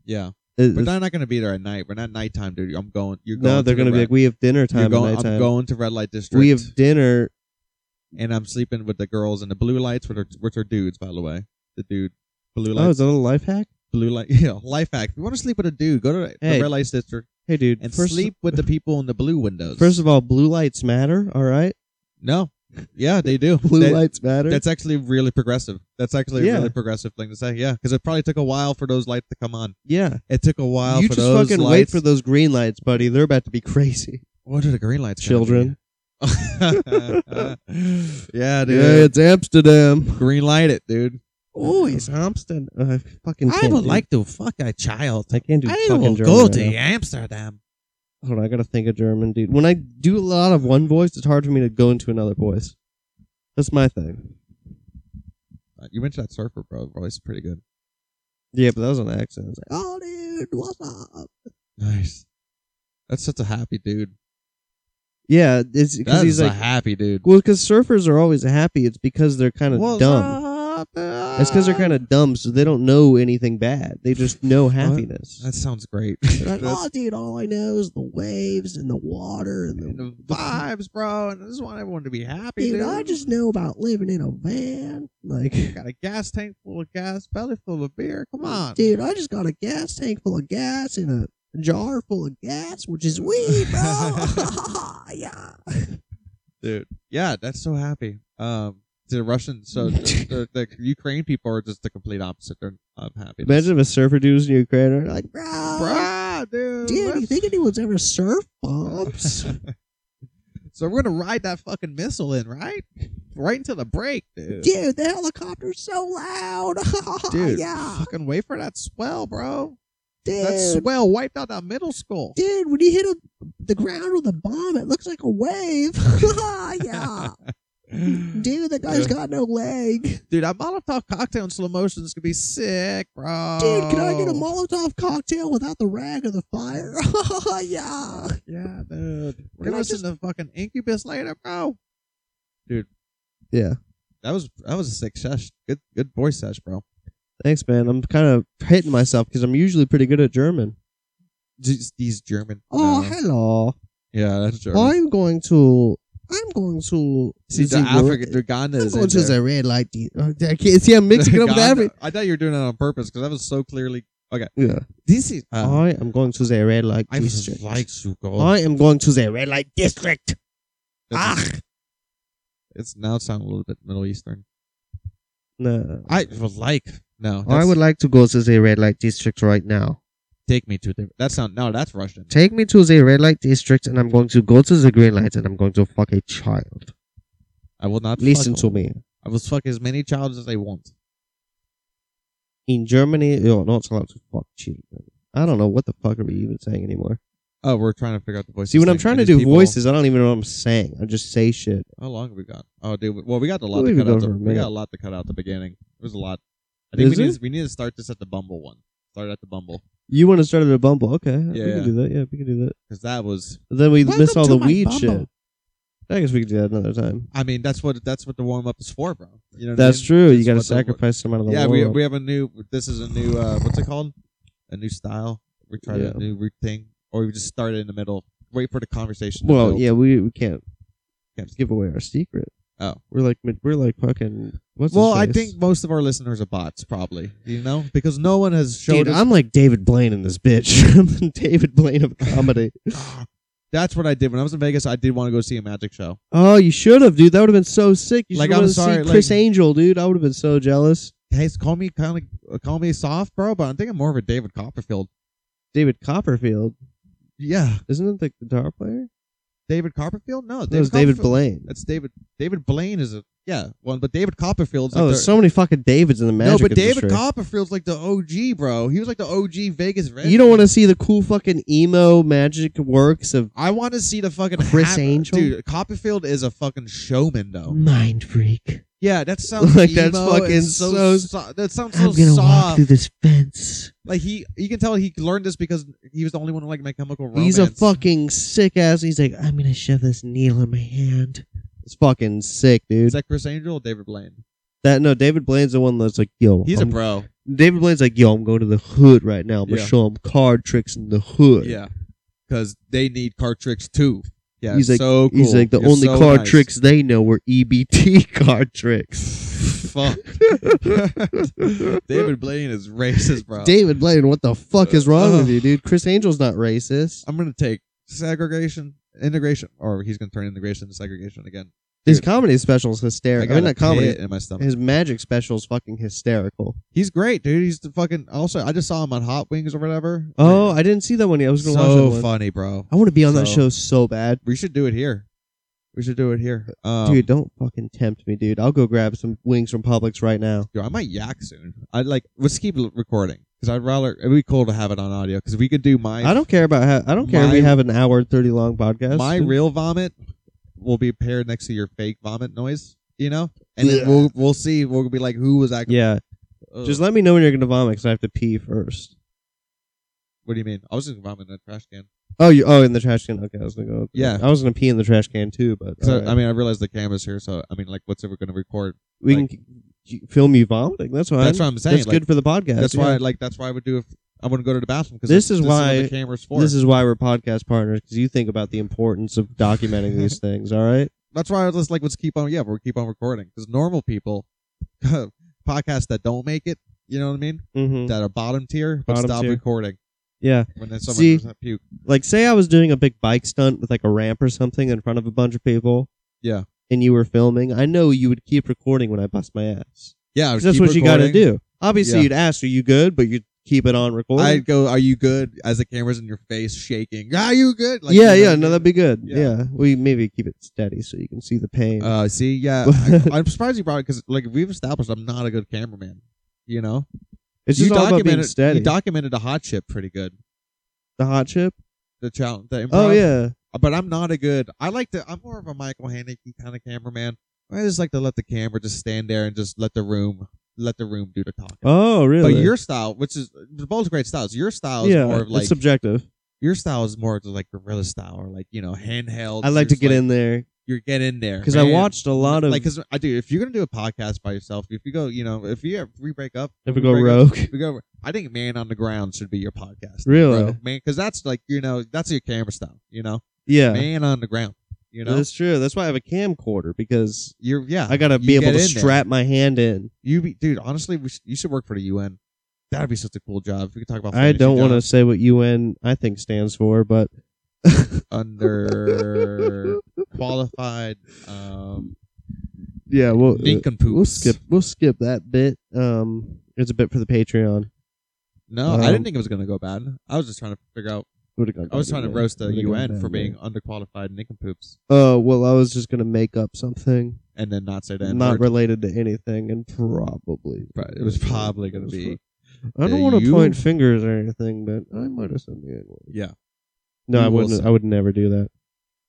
Yeah, Uh, but they're not going to be there at night. We're not nighttime, dude. I'm going. You're going no, they're to gonna the be red- like, we have dinner time you're at going, I'm nighttime. going to red light district. we have dinner. and I'm sleeping with the girls in the blue lights, which are, which are dudes, by the way. The dude, blue Oh, is lights, that a little life hack? blue light. Yeah, life hack. If you want to sleep with a dude, go to Hey. the red lights district Hey, dude. and first, sleep with the people in the blue windows. First of all, blue lights matter. All right, no, yeah, they do. blue They- lights matter. That's actually really progressive. That's actually Yeah. a really progressive thing to say. Yeah, because it probably took a while for those lights to come on. yeah. It took a while you for just those fucking wait lights. for those green lights, buddy. They're about to be crazy. what are the green lights? gonna be? Children. yeah, dude. Yeah, it's Amsterdam. Green light it, dude. Oh, it's Amsterdam. I fucking. I can't would do- like to fuck a child. I can't do I fucking will German. go right to now. Amsterdam. Hold on, I gotta think of German, dude. When I do a lot of one voice, it's hard for me to go into another voice. That's my thing. Uh, You mentioned that surfer, bro. Bro, he's pretty good. Yeah, but that was an accent. It's like, Oh, dude, what's up? Nice. That's such a happy dude. yeah, it's because That he's is like, a happy dude. well, because surfers are always happy. It's because they're kind of What's dumb. up? It's because they're kind of dumb, so they don't know anything bad. They just know happiness. That sounds great. Like, That's- oh, dude, all I know is the waves and the water and the, and the vibes, bro. And I just want everyone to be happy, Dude, I just know about living in a van. like, got a gas tank full of gas, belly full of beer. Come on. Dude, I just got a gas tank full of gas and a jar full of gas, which is weed, bro. yeah. dude. Yeah, that's so happy. Um, the Russians, so the, the, the Ukraine people are just the complete opposite. They're um, happy. imagine if a surfer dude was in Ukraine. and they're Like, Like, bro. Bruh, dude. Dude, you let's- think anyone's ever surf bumps? so we're gonna ride that fucking missile in, right? Right until the break, dude. Dude, the helicopter's so loud. Dude, yeah. fucking wait for that swell, bro. That Dude, swell wiped out that middle school. dude, when you hit a, the ground with a bomb, it looks like a wave. yeah. Dude, the guy's got no leg. Dude, that Molotov cocktail in slow motion is gonna be sick, bro. Dude, can I get a Oh. Molotov cocktail without the rag of the fire? yeah. Yeah, dude. We're Can gonna I listen to fucking Incubus later, bro. Dude. Yeah. That was that was a sick sesh. Good good boy sesh, bro. thanks, man. I'm kind of hitting myself because I'm usually pretty good at German. Uh, These, these German. Oh, no. hello. yeah, that's German. I'm going to. I'm going to. See, the the Africa, the Ghana I'm is going in to there. the red light. di- uh, I can't see. I'm mixing it up with Ghana- every. I thought you were doing that on purpose because that was so clearly. Yeah. This is. Uh, I am going to the red light I district. like to go. I am going to the red light district. It's- It's now sound a little bit Middle Eastern. No. I would like. No, I that's- would like to go to the red light district right now. take me to the. That sound no, that's Russian. Take me to the red light district and I'm going to go to the green light and I'm going to fuck a child. I will not. Listen fuck to me. I will fuck as many children as I want. In Germany, you're not allowed to fuck children. I don't know what the fuck are we even saying anymore. Oh, we're trying to figure out the voices. See, when I'm thing, trying and to these do people- voices, I don't even know what I'm saying. I just say shit. how long have we got? Oh, dude. we- Well, we got a lot We've to cut been out. going The, for a we got a minute. lot to cut out the beginning. There's a lot. I think Is we need, there? to- we need to start this at the Bumble one. Start at the Bumble You want to start at a Bumble? Okay, we Yeah, can yeah. do that. Yeah, we can do that. because that was. Then we Welcome miss all to the my weed Bumble. shit. I guess we could do that another time. I mean, that's what that's what the warm up is for, bro. You know. what I That's mean? true. You That's got to what the- sacrifice some out of the yeah, we world. we have a new. This is a new. Uh, what's it called? A new style. We tried Yeah. a new root thing, or we just start it in the middle. Wait for the conversation. to well, build. yeah, we we can't Can't- give away our secret. Oh. we're like we're like fucking. What's Well, his I face? think most of our listeners are bots, probably. You know, because no one has showed Dude, us. I'm like David Blaine in this bitch. I'm the David Blaine of comedy. That's what I did when I was in Vegas. I did want to go see a magic show. oh, you should have, dude. That would have been so sick. You Like, should have I'm went to sorry, see Chris like- Angel, dude. I would have been so jealous. Hey, call me kind of call me soft, bro, but I'm thinking more of a David Copperfield. David Copperfield, Yeah, isn't it the guitar player? David Copperfield. No, that was David Copperfield- Blaine. That's David. David Blaine is a yeah one, but David Copperfield's like Oh, the, there's so many fucking Davids in the no, magic but David industry. Copperfield's like the OG, bro. He was like the OG Vegas. Red you don't want to see the cool fucking emo magic works of I want to see the fucking Chris hat- Angel? dude. Copperfield is a fucking showman, though. Mind Freak. Yeah, that sounds Like, emo that's fucking and so, so- so- that sounds so I'm gonna walk soft. through this fence. Like he, you can tell he learned this because he was the only one who liked My Chemical Romance. He's a fucking sick ass. He's like, I'm gonna shove this needle in my hand. It's fucking sick, dude. Is that Chris Angel or David Blaine? That no, David Blaine's the one that's like, yo, He's a I'm- bro. David Blaine's like, yo, I'm going to the hood right now. I'm gonna Yeah. show him card tricks in the hood. Yeah, because they need card tricks too. Yeah, He's like- so cool. He's like, the You're only so card nice. tricks they know were EBT card tricks. Fuck. David Blaine is racist, bro. David Blaine, what the fuck is wrong with Ugh. you, dude? Chris Angel's not racist. I'm gonna take segregation, integration, or he's gonna turn integration to segregation again. His Dude. comedy special is hysterical. I, mean, got a not comedy. pit in my stomach. His magic special is fucking hysterical. He's great, dude. He's the fucking. Also, I just saw him on Hot Wings or whatever. Oh, I didn't see that one yet. I was gonna watch that so one. funny, bro. I want to be on that So- show so bad, We should do it here. We should do it here, um, dude. Don't fucking tempt me, dude. I'll go grab some wings from Publix right now. Yo, I might yak soon. I like. Let's keep l- recording because I'd rather. It'd be cool to have it on audio because we could do my. I don't care about how. I don't care. if we My- have an hour and thirty long podcast. My dude. real vomit will be paired next to your fake vomit noise. You know, and Blech. then we'll we'll see. We'll be like, who was that? yeah. Ugh. Just let me know when you're gonna vomit because I have to pee first. what do you mean? I was just vomiting in a trash can. Oh, you. Oh, in the trash can. Okay, I was gonna go. Yeah. I was gonna pee in the trash can too, but uh, 'Cause I- alright. I mean, I realized the camera's here, so I mean, like, what's ever going to record? we can c- film you vomiting. That's fine. That's what I'm saying. That's like, good for the podcast. That's yeah. why, like, that's why I would do. If, I wouldn't go to the bathroom because This this is what why- the camera's for. This is why we're podcast partners because you think about the importance of documenting these things. All right. that's why I was just like, let's keep on. Yeah, we'll keep on recording because normal people, podcasts that don't make it, you know what I mean, Mm-hmm. that are bottom tier, but Bottom stop tier. recording Yeah. when there's someone See- who's not puke. like say I was doing a big bike stunt with like a ramp or something in front of a bunch of people. Yeah. And you were filming, I know you would keep recording when I bust my ass. Yeah, I would 'Cause That's keep what you got to recording. do. Obviously, Yeah. you'd ask, "Are you good?" But you'd keep it on recording. I'd go, are you good? As the camera's in your face, shaking. Are you good? yeah, you know, yeah, no, that'd be good. Yeah. Yeah. we maybe keep it steady so you can see the pain. Uh, see, yeah, I, I'm surprised you brought it because like we've established, I'm not a good cameraman. You know, it's you just all about being documented steady. you documented the hot shit pretty good. the hot chip. The challenge, the improv. Oh yeah, but I'm not a good. I like to. I'm more of a Michael Haneke kind of cameraman. I just like to let the camera just stand there and just let the room, let the room do the talking. oh really? But your style, which is they're both great styles, your style is yeah, more of like it's subjective. your style is more of like guerrilla style or like you know handheld. I like to get in there You get in there because I man. watched a lot of. like because I do. If you're gonna do a podcast by yourself, if you go, you know, if you if we break up, if we go break up, rogue, if we go. I think man on the ground should be your podcast. Really? bro. man, because that's like you know that's your camera style. You know, yeah, man on the ground. You know, that's true. That's why I have a camcorder because You're yeah. I gotta You be able get to in there. strap my hand in. you be, dude. Honestly, we should, you should work for the UN. That'd be such a cool job. If we could talk about. I don't want to say what UN I think stands for, but under qualified. Um, yeah, we'll uh, nincompoops. we'll skip we'll skip that bit. Um, it's a bit for the Patreon. No, I Um, didn't think it was gonna go bad. I was just trying to figure out. Would've gone I was down trying to there. roast the Would've gone UN down for there. being underqualified nincompoops. Uh, well, I was just gonna make up something. and then not say the N not word. related to anything, and probably Pro- it was probably gonna be I uh, don't want to you- point fingers or anything, but I might have said the N word. yeah, No, You I will wouldn't. say- I would never do that.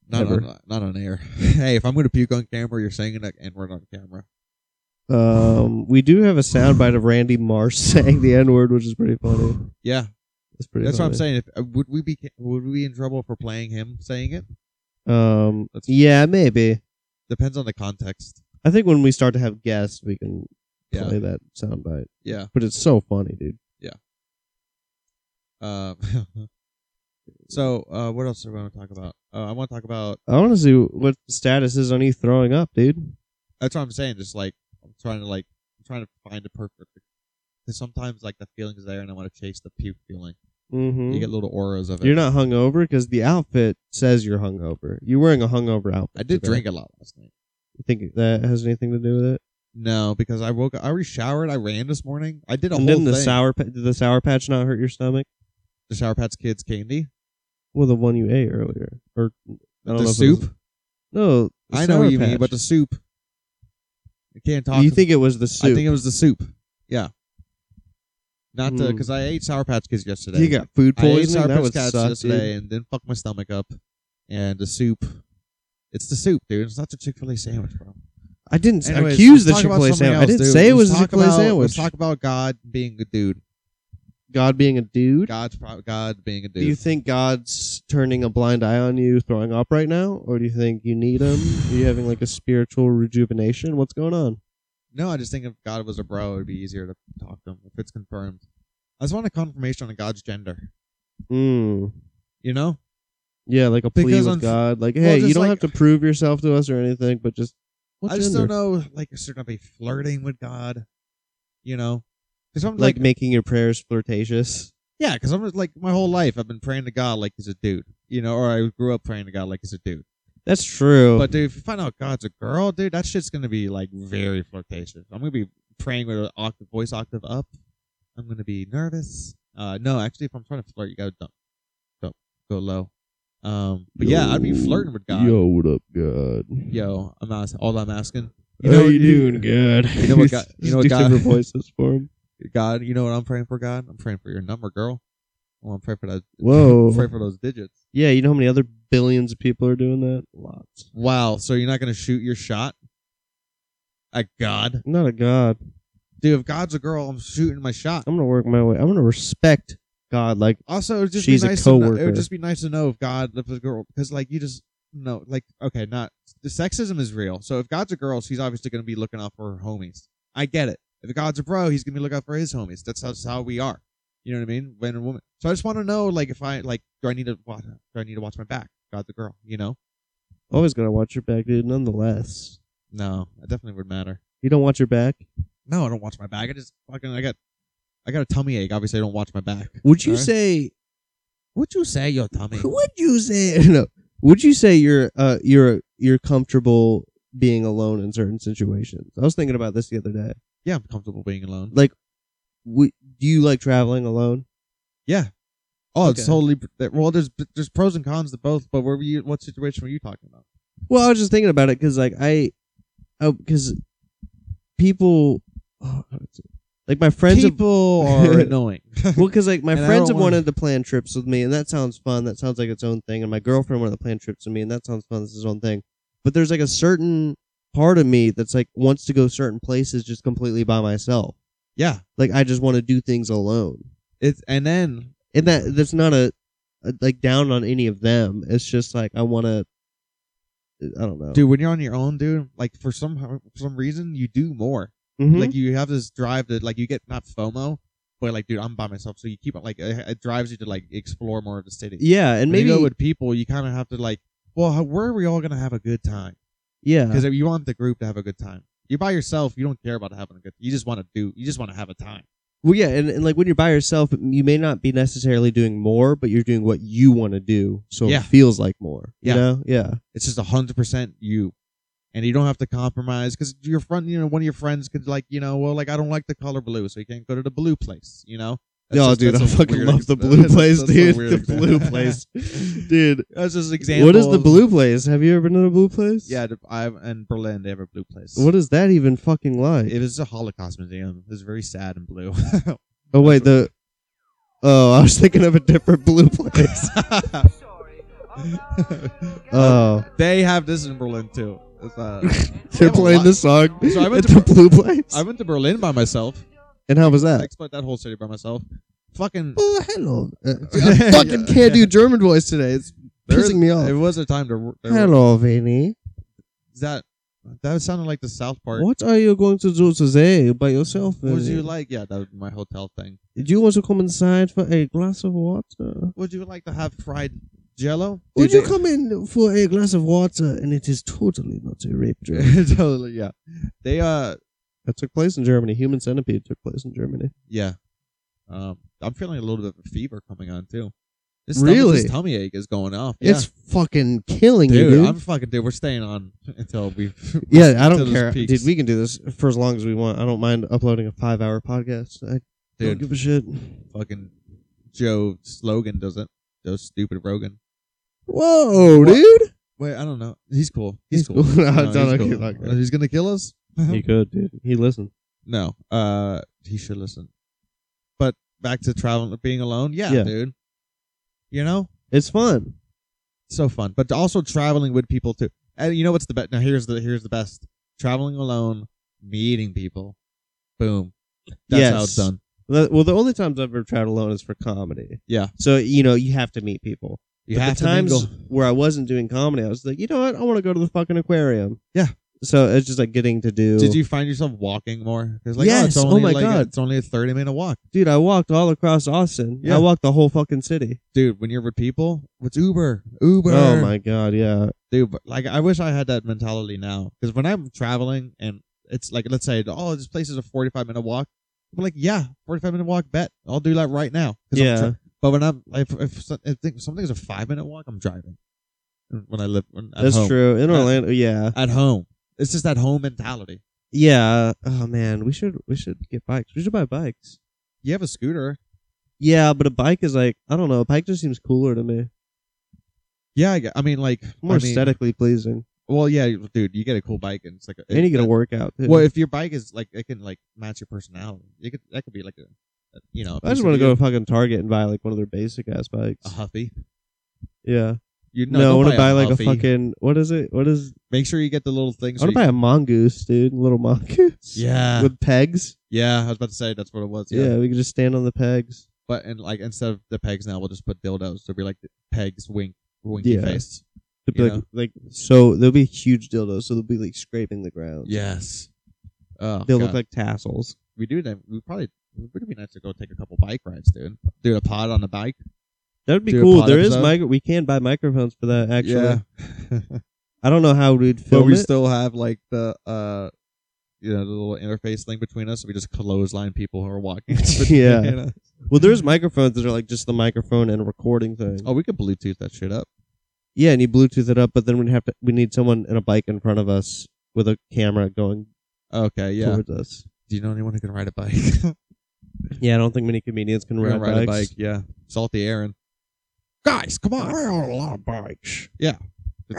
not Never. on, not on air. hey, if I'm gonna puke on camera, you're saying that N word on camera. Um, we do have a soundbite of Randy Marsh saying the N word, which is pretty funny. Yeah, It's pretty. that's what I'm funny. saying. If, uh, would we be ca- would we be in trouble for playing him saying it? Um, That's- yeah, maybe. Depends on the context. I think when we start to have guests, we can Yeah, play that soundbite. yeah. But it's so funny, dude. Um, so uh, what else do we want to talk about? Uh, I want to talk about. I want to see what the status is on you throwing up, dude. That's what I'm saying. Just like I'm trying to like I'm trying to find a perfect. Because sometimes like the feeling's there, and I want to chase the puke feeling. Mm-hmm. You get little auras of it. You're not hungover because the outfit says you're hungover. You're wearing a hungover outfit. I did today. drink a lot last night. You think that has anything to do with it? No, because I woke up. I already showered. I ran this morning. I did a and whole didn't the thing. sour pa- did the sour patch not hurt your stomach? the Sour Patch Kids candy. Well, the one you ate earlier, or I don't the know if it was- soup. no, the I know Sour what you mean, Patch. but the soup. I can't talk. you ab- think it was the soup? I think it was the soup. Yeah. Not the Hmm. because I ate Sour Patch Kids yesterday. you got food I ate poisoning. Sour that would Patch Kids suck, dude. yesterday and then fucked my stomach up. And the soup. It's the soup, dude. It's not the Chick Fil A sandwich, bro. I didn't Anyways, accuse the let's talk Chick about Fil A something sandwich. I else, didn't dude. say it Let's was a talk Chick Fil A about- sandwich. Let's talk about God being a dude. God being a dude. God's pro- God being a dude. Do you think God's turning a blind eye on you throwing up right now, or do you think you need him? Are you having like a spiritual rejuvenation? What's going on? No, I just think if God was a bro, it would be easier to talk to him if it's confirmed. I just want a confirmation on God's gender. Mm. You know? Yeah, like a plea Because with unf- God. Like, hey, well, you just don't like- have to prove yourself to us or anything, but just what I just gender? don't know, like, should I be flirting with God? You know? Because I'm Like, like, making your prayers flirtatious. yeah, because I'm like, my whole life I've been praying to God like he's a dude. You know, or I grew up praying to God like he's a dude. That's true. But, dude, if you find out God's a girl, dude, that shit's going to be, like, very flirtatious. I'm going to be praying with an octave, voice octave up. I'm going to be nervous. Uh, no, actually, if I'm trying to flirt, you got to dump. Go, go low. Um, but yeah, I'd be flirting with God. Yo, what up, God? I'm not, all I'm asking. How you doing, God? You know what God- you know what do God- different voices for him. God, you know what I'm praying for, God? I'm praying for your number, girl. I want to pray for that. Whoa. Pray for those digits. Yeah, you know how many other billions of people are doing that? Lots. Wow. So you're not going to shoot your shot at God? I'm not a God. Dude, if God's a girl, I'm shooting my shot. I'm gonna work my way. I'm gonna respect God. Like, Also, it would just She's a be nice to know, it coworker. would just be nice to know if God if a girl because like you just no like okay not the sexism is real. So if God's a girl, she's obviously going to be looking out for her homies. I get it. If God's a bro, he's going to be looking out for his homies. That's how, that's how we are. You know what I mean? Man and woman. So I just want to know like if I like do I need to watch do I need to watch my back? God's a girl, you know? always gotta watch your back, dude. Nonetheless, No, it definitely would matter. you don't watch your back. No, I don't watch my back. I just fucking I got I got a tummy ache. Obviously, I don't watch my back. Would you Alright. say? Would you say your tummy? Would you say? No. Would you say you're uh you're you're comfortable being alone in certain situations? I was thinking about this the other day. Yeah, I'm comfortable being alone. Like, would, do you like traveling alone? Yeah. Oh, it's Okay. totally that- well. There's there's pros and cons to both, but where were you? What situation were you talking about? Well, I was just thinking about it because like I, oh, because people, oh, like my friends have People are annoying. well, because like my And I friends don't have wanna- wanted to plan trips with me, and that sounds fun. That sounds like its own thing. And my girlfriend wanted to plan trips with me, and that sounds fun. This is its own thing. But there's like a certain part of me that's like wants to go certain places just completely by myself. yeah. Like I just want to do things alone, It's and then and that that's not a, a like down on any of them. It's just like I want to. I don't know. dude, when you're on your own, dude, like for some for some reason you do more. Mhm. Like you have this drive to like you get not FOMO, but like dude, I'm by myself, so you keep on like it, it drives you to like explore more of the city. yeah, and When you maybe go with people, you kind of have to like, well, how, where are we all gonna have a good time? yeah, Because you want the group to have a good time. You by yourself, you don't care about having a good. You just want to do. You just want to have a time. well, yeah, and, and like when you're by yourself, you may not be necessarily doing more, but you're doing what you want to do, so Yeah. it feels like more. You Yeah. know, yeah. It's just hundred percent you, and you don't have to compromise because your friend, you know, one of your friends could like, you know, well, like I don't like the color blue, so you can't go to the blue place, you know. That's no, just- dude, that's I a fucking weird love ex- the blue that's- place, that's a dude. weird The example. blue place, dude. That's just an example. What is the of- blue place? Have you ever been to a blue place? Yeah, the- I in Berlin they have a blue place. What is that even fucking like? It was a Holocaust museum. It was very sad and blue. oh wait, the. Oh, I was thinking of a different blue place. oh, Uh, they have this in Berlin too. It's, uh, they're have a playing lot- this song So I went at to the blue place. I went to Berlin by myself. and how was I that? explored that whole city by myself. Fucking Oh, hello. Uh, I fucking can't do German voice today. It's there is- pissing me off. It was a time to. wor- there were- Hello, Vinny. That that sounded like the South Park. What are you going to do today by yourself? What would Vinny? you like? Yeah, that was my hotel thing. Do you want to come inside for a glass of water? Would you like to have fried Jello? Did you Or- come in for a glass of water and it is totally not a rape joke? totally, yeah. They uh, That took place in Germany. Human Centipede took place in Germany. yeah. Um, I'm feeling a little bit of a fever coming on too. This stomach- Really? this tummy ache is going off. It's fucking killing yeah. you, dude, dude. I'm fucking dude. We're staying on until we. yeah, to I don't those care, peaks. dude. We can do this for as long as we want. I don't mind uploading a five-hour podcast. I don't Dude, give a shit. fucking Joe Slogan doesn't. Joe stupid Rogan. Whoa, What? dude. Wait, I don't know. He's cool. He's, He's cool. cool. No, I he's don't cool. Uh, know. Not good. He's gonna kill us. could, dude. He listened. No, uh, he should listen. But back to traveling, being alone. Yeah, Yeah. dude. You know, It's fun. so fun. But also traveling with people too. And you know what's the best? Now here's the here's the best. Traveling alone, meeting people. Boom. That's how it's Yes. done. The- Well, the only times I've ever traveled alone is for comedy. Yeah. So you know you have to meet people. You But have the times to mingle. where I wasn't doing comedy, I was like, you know what? I want to go to the fucking aquarium. Yeah. So it's just like getting to do. Did you find yourself walking more? It's like, oh, it's Yes. Oh only my like a- God. it's only a thirty minute walk, Dude, I walked all across Austin. Yeah. I walked the whole fucking city. dude. When you're with people, what's Uber? Uber. Oh my god, yeah. dude. But like, I wish I had that mentality now. Because when I'm traveling and it's like, let's say, oh, this place is a 45 minute walk. I'm like, yeah, 45 minute walk, bet. I'll do that right now. 'Cause I'm Yeah. tra- but when I'm, if, if, so- if think- something's a five minute walk, I'm driving. When I live, when, at That's home. true. In Uh, Orlando, yeah. At home, it's just that home mentality. Yeah. Oh man, we should we should get bikes. We should buy bikes. You have a scooter. Yeah, but a bike is like I don't know, a bike just seems cooler to me. Yeah, I, gue- I mean, like More I mean, aesthetically pleasing. Well, yeah, dude, you get a cool bike, and it's like, a, And you get a workout. too. Well, if your bike is like, it can like match your personality. You could that could be like a, a you know. a I piece just of want to you. go to fucking Target and buy like one of their basic ass bikes. a huffy. Yeah. You No, no, I want want to buy like a fucking what is it? What is Make sure you get the little things. I want to buy a mongoose, dude. A little mongoose. Yeah. With pegs. yeah, I was about to say that's what it was. Yeah. Yeah, we could just stand on the pegs. but and like instead of the pegs now, we'll just put dildos. So it'll be like the pegs, wink, winky Yeah. face. It'd be You like, know? like so there'll be huge dildos, so they'll be like scraping the ground. Yes. Oh, They'll God. look like tassels. we do that. We probably it would be nice to go take a couple bike rides, dude. Do a pod on the bike. That would be Do a cool. pod There is episode? micro. We can buy microphones for that. Actually, Yeah. I don't know how we'd but film we it. still have like the uh, you know, the little interface thing between us. We just clothesline people who are walking. Yeah. You know? well, there's microphones that are like just the microphone and a recording thing. Oh, we could Bluetooth that shit up. Yeah, and you Bluetooth it up, but then we'd have to. We need someone in a bike in front of us with a camera going Okay. Yeah. towards us. Do you know anyone who can ride a bike? Yeah, I don't think many comedians can We're ride, gonna ride bikes. a bike. Yeah, salty Aaron. Guys, come on! We're on a lot of bikes. That's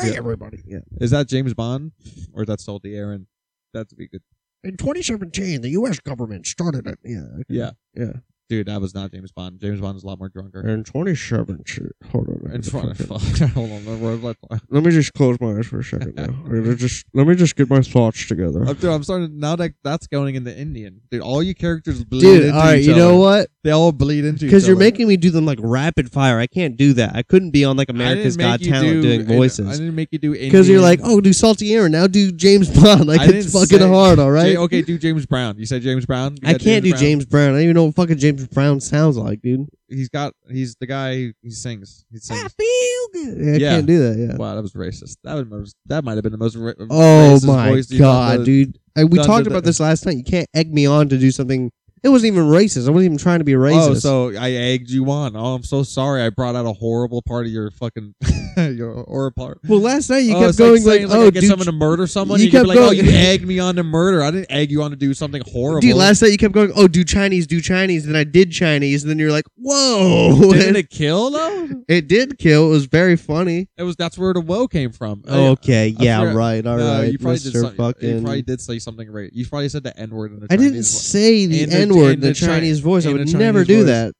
Hey, it. everybody. Yeah. Is that James Bond or is that salty Aaron? That'd be good. In 2017, the U.S. government started it. Yeah. okay. Yeah, Yeah. dude, that was not James Bond. James Bond is a lot more drunker. In 2017, hold on. In front of fuck. Hold on, the road left. Let me just close my eyes for a second now. Let me just let me just get my thoughts together. I'm, dude, I'm starting now that that's going into Indian. Dude, all you characters bleed Dude, into all right, each you other. know what? They all bleed into each other. Because you're making me do them like rapid fire. I can't do that. I couldn't be on like I didn't America's make Got you Talent do- doing I voices. didn't make you do Indian. Because you're like, oh, do Salty Aaron now? Do James Bond? Like I it's didn't fucking say- hard. All right. J- okay, do James Brown. You said James Brown. You I got can't do Brown? James Brown. I don't even know what fucking James Brown sounds like, dude. He's got. He's the guy. who He sings. He I sings. feel good. Yeah, I Yeah. can't do that. Yeah. Wow, that was racist. That was most, that might have been the most. Ra- Oh racist my voice you've god, ever- dude. I, we done talked to about the- this last night. You can't egg me on to do something. It wasn't even racist. I wasn't even trying to be racist. Oh, so I egged you on. Oh, I'm so sorry. I brought out a horrible part of your fucking your or part. well, last night you oh, kept it's going saying, like, it's "Oh, I get dude, someone to murder someone." you You, you kept like, "Oh, going- you egged me on to murder. I didn't egg you on to do something horrible." dude." Last night you kept going, "Oh, do Chinese, do Chinese." Then I did Chinese, and then you're like, "Whoa!" didn't it kill though? It did kill. It was very funny. It was that's where the woe came from. Oh, Okay, I yeah, forgot- right, all right, no, you probably did Mr. something. fucking. You probably did say something right. You probably said the n word in the I Chinese. didn't say the In the- N word in in the the Chi- Chinese voice. I in the would Chinese never do voice. that.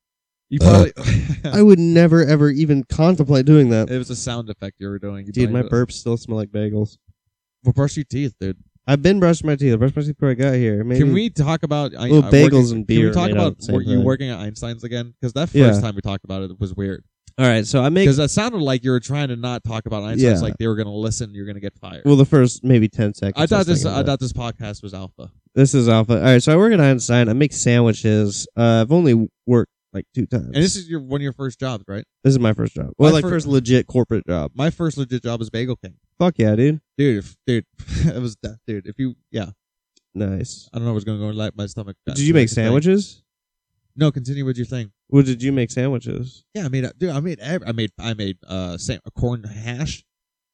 You probably. I would never ever even contemplate doing that. it was a sound effect you were doing. You Dude, my probably- burps still smell like bagels. Well, brush your teeth, dude. I've been brushing my teeth. I brushed my teeth before I got here. Maybe Can we talk about I- Well, I- bagels working- and Can beer we talk made out of about the same wor- you thing. working at Einstein's again? Because that first Yeah. time we talked about it was weird. All right, so I make Because that sounded like you were trying to not talk about Einstein's, Yeah. like they were going to listen. You're going to get fired. well the first maybe ten seconds. I thought was this. thinking I about. thought this podcast was alpha. this is alpha. All right, so I work at Einstein. I make sandwiches. Uh, I've only worked like two times. And this is your one of your first jobs, right? this is my first job. Well, My like fir- first legit corporate job. My first legit job was Bagel King, Fuck yeah, dude. dude. If, dude, it was that, dude. If you, yeah, Nice. I don't know what's going to go in like my stomach. Did you make sandwiches? No, continue with your thing. What did you make sandwiches? Yeah, I made. Dude, I made. ev- I made. I made uh, sam- a corn hash.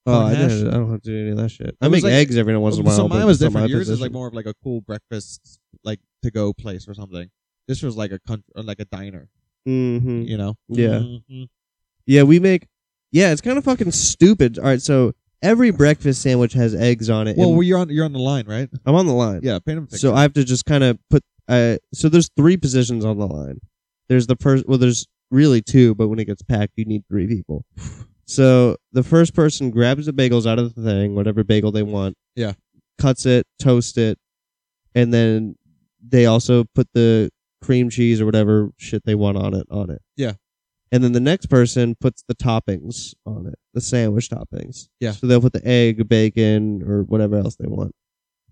Oh, Corn I, hash? didn't, I don't have to do any of that shit. I It was make like- eggs every once in a while. So mine but was it's not my different. Yours is like position. more of like a cool breakfast, like to go place or something. This was like a country, like a diner, Mhm. you know? Yeah. Mhm. Yeah, we make. Yeah, it's kind of fucking stupid. All right, so every breakfast sandwich has eggs on it. Well, and- well, you're on you're on the line, right? I'm on the line. Yeah, paint 'em a picture. So I have to just kind of put. Uh, so there's three positions on the line. There's the person. Well, there's really two, but when it gets packed, you need three people. So the first person grabs the bagels out of the thing, whatever bagel they want. Yeah. Cuts it, toasts it, and then they also put the cream cheese or whatever shit they want on it on it. Yeah. And then the next person puts the toppings on it, the sandwich toppings. Yeah. So they'll put the egg, bacon, or whatever else they want.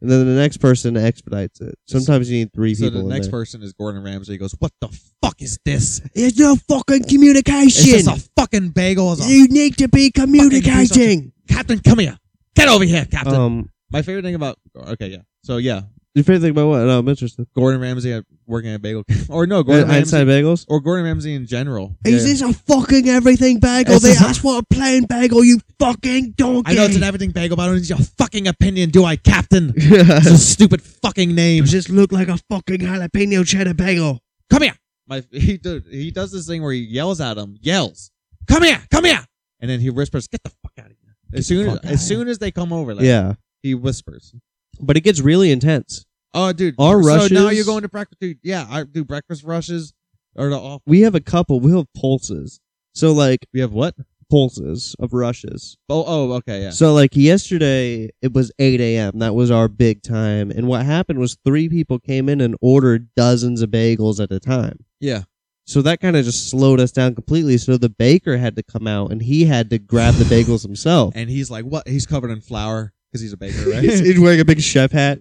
And then the next person expedites it. Sometimes you need three So people. the in next there. person is Gordon Ramsay. He goes, "What the fuck is this? There's no fucking It's communication. just a fucking bagel." It's a- you need to be communicating. communicating. Captain, come here. Get over here, Captain. Um, My favorite thing about okay, yeah. So yeah, you favorite thing about what? No, I'm interested. Gordon Ramsay at- working at Bagel King, or no, At Gordon Ramsay, Einstein Bagels. or Gordon Ramsay in general. Is Yeah. this a fucking everything bagel? This They is a- asked for a plain bagel, you fucking donkey. I know it's an everything bagel, but I don't need your fucking opinion, do I, Captain? It's a yeah, stupid fucking name. Does this look like a fucking jalapeno cheddar bagel? come here. My he do, he does this thing where he yells at him, yells, come here, come here, and then he whispers, get the fuck out of here. As soon as fuck outta as soon as they come over, like, he whispers. but it gets really intense. Oh, dude, Our so now rushes- you're going to breakfast, dude. Yeah, I do breakfast rushes or the off. We have a couple. We have pulses. So like We have what? pulses of rushes. Oh, oh, okay, yeah. So like yesterday, it was 8 a.m. That was our big time. And what happened was three people came in and ordered dozens of bagels at a time. Yeah. So that kind of just slowed us down completely. So the baker had to come out and he had to grab the bagels himself. And he's like, what? He's covered in flour because he's a baker, right? he's, he's wearing a big chef hat.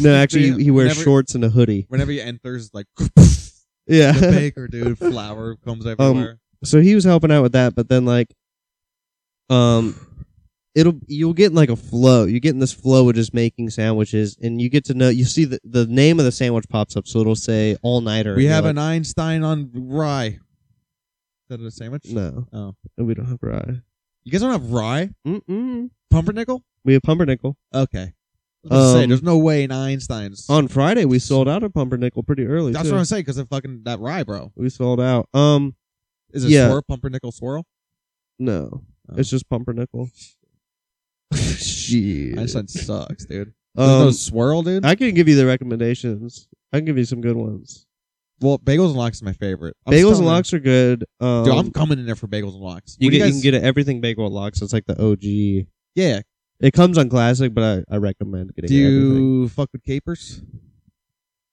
No, actually, he, he wears Whenever- shorts and a hoodie. Whenever you enter, it's like the Yeah. baker, dude. Flour comes Um, everywhere. so he was helping out with that, but then like, um, it'll you'll get in like a flow. You get in this flow of just making sandwiches, and you get to know. You see the the name of the sandwich pops up, so it'll say all nighter. we have like, an Einstein on rye. Is that a sandwich? no. Oh. we don't have rye. You guys don't have rye? Mm-mm. Pumpernickel? We have pumpernickel. Okay. I was gonna say, Um, there's no way in Einstein's. On Friday, we sold out of pumpernickel pretty early. That's too. what I'm saying, because of fucking that rye, bro. We sold out. Um, Is it Yeah. swirl, pumpernickel swirl? no, Oh. it's just pumpernickel. Shit. Einstein sucks, dude. There's no Um, swirl, dude. I can give you the recommendations. I can give you some good ones. well, bagels and lox is my favorite. I'm bagels telling and lox are good. Um, you. Dude, I'm coming in there for bagels and lox. you, What do get, guys- you can get a everything bagel at lox. It's like the OG. Yeah. It comes on classic, but I, I recommend getting Do everything. you fuck with capers?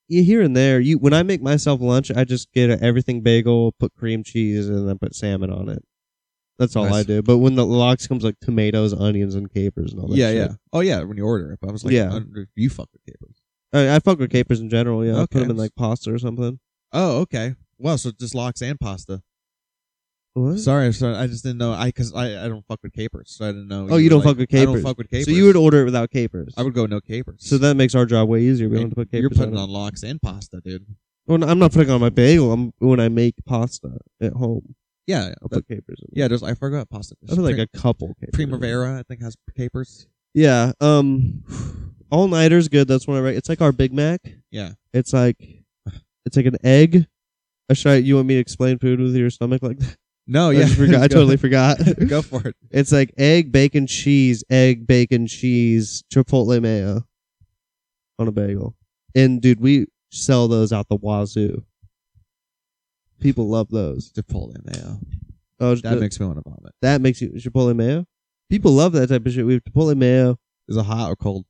Yeah, here and there. You when I make myself lunch, I just get a everything bagel, put cream cheese, and then put salmon on it. That's all Nice. I do. But when the lox comes, like tomatoes, onions, and capers, and all that. Yeah, shit. yeah. Oh, yeah, when you order it. But I was like, Yeah. I don't- you fuck with capers. I, I fuck with capers in general. Yeah, I put Okay. them in like pasta or something. Oh, okay. Wow, so just lox and pasta. What? Sorry, sorry, I just didn't know. I because I, I don't fuck with capers, so I didn't know. Oh, you don't were fuck with I don't capers. fuck with capers. So you would order it without capers. I would go no capers. so that makes our job way easier. We don't have to put capers. you're putting it. on locks and pasta, dude. Well, no, I'm not putting on my bagel. I'm when I make pasta at home. Yeah, I'll that- put capers in. it. yeah. There's I forgot pasta. I put like Pri- a couple. Capers in it. Primavera, I think has capers. Yeah. Um, all nighter's good. That's one I write. It's like our Big Mac. Yeah. It's like, it's like an egg. Uh, Should I, you want me to explain food with your stomach like that? No, I Oh, yeah, just forgot. I Go- totally forgot. go for it. It's like egg, bacon, cheese, egg, bacon, cheese, chipotle mayo on a bagel. And dude, we sell those out the wazoo. People love those. Chipotle mayo. Oh, That that, makes me want to vomit. that makes you chipotle mayo. People love that type of shit. We have chipotle mayo. Is it hot or cold?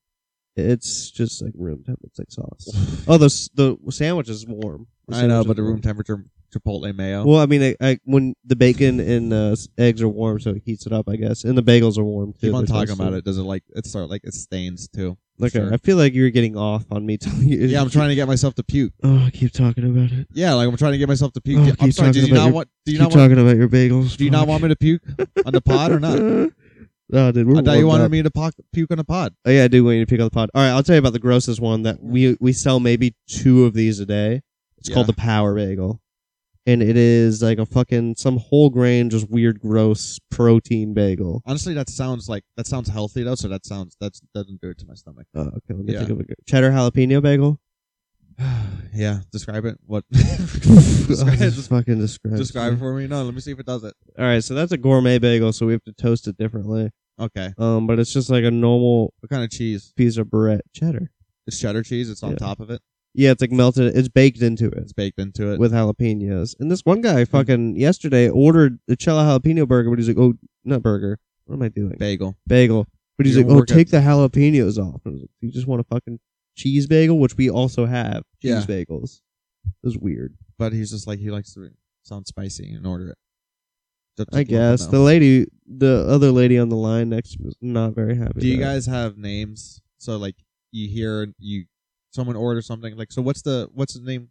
It's just like room temp. It's like sauce. Oh, the s- the sandwich is warm. I know, sandwich but is the warm. room temperature Chipotle mayo. Well, I mean, I, I, when the bacon and uh, s- eggs are warm, so it heats it up, I guess, and the bagels are warm too. Keep on They're talking toasted. about it. Does it like it start like it stains too? Like Sure. I feel like you're getting off on me telling you. Yeah, I'm trying to get myself to puke. Oh, keep talking about it. Yeah, like I'm trying to get myself to puke. Oh, Yeah, I'm keep sorry. Do talking you about not your- want? Do you keep not want? talking about your bagels. Do you not want me to puke on the pod or not? No, dude, we're I thought you warmed wanted up. me to po- puke on the pod. Oh, yeah, I do want you to pick up the pod. All right, I'll tell you about the grossest one that we we sell maybe two of these a day. It's called Yeah. the Power Bagel, and it is like a fucking some whole grain, just weird, gross protein bagel. Honestly, that sounds like that sounds healthy though. So that sounds that doesn't do it to my stomach. Oh, okay, let me Yeah. think of a good cheddar jalapeno bagel. yeah, describe it. What? Oh, describe it, just fucking describe. describe it for me. No, let me see if it does it. All right, so that's a gourmet bagel, so we have to toast it differently. Okay. Um, but it's just like a normal What kind of cheese? piece of bread, cheddar. It's cheddar cheese. It's on Yeah. top of it. Yeah, it's like melted. It's baked into it It's baked into it. uh, with jalapenos. And this one guy, fucking yesterday, ordered a cello jalapeno burger, but he's like, "Oh, not burger. What am I doing? bagel. bagel." But he's Your like, "Oh, workout- take the jalapenos off." And I was like, "You just want a fucking cheese bagel, which we also have cheese Yeah. bagels." It was weird. But he's just like he likes to sound spicy and order it. Just- I just let him guess the know. lady, the other lady on the line next to me was not very happy. Do you about it. guys have names? So like you hear you someone orders something like so what's the what's the name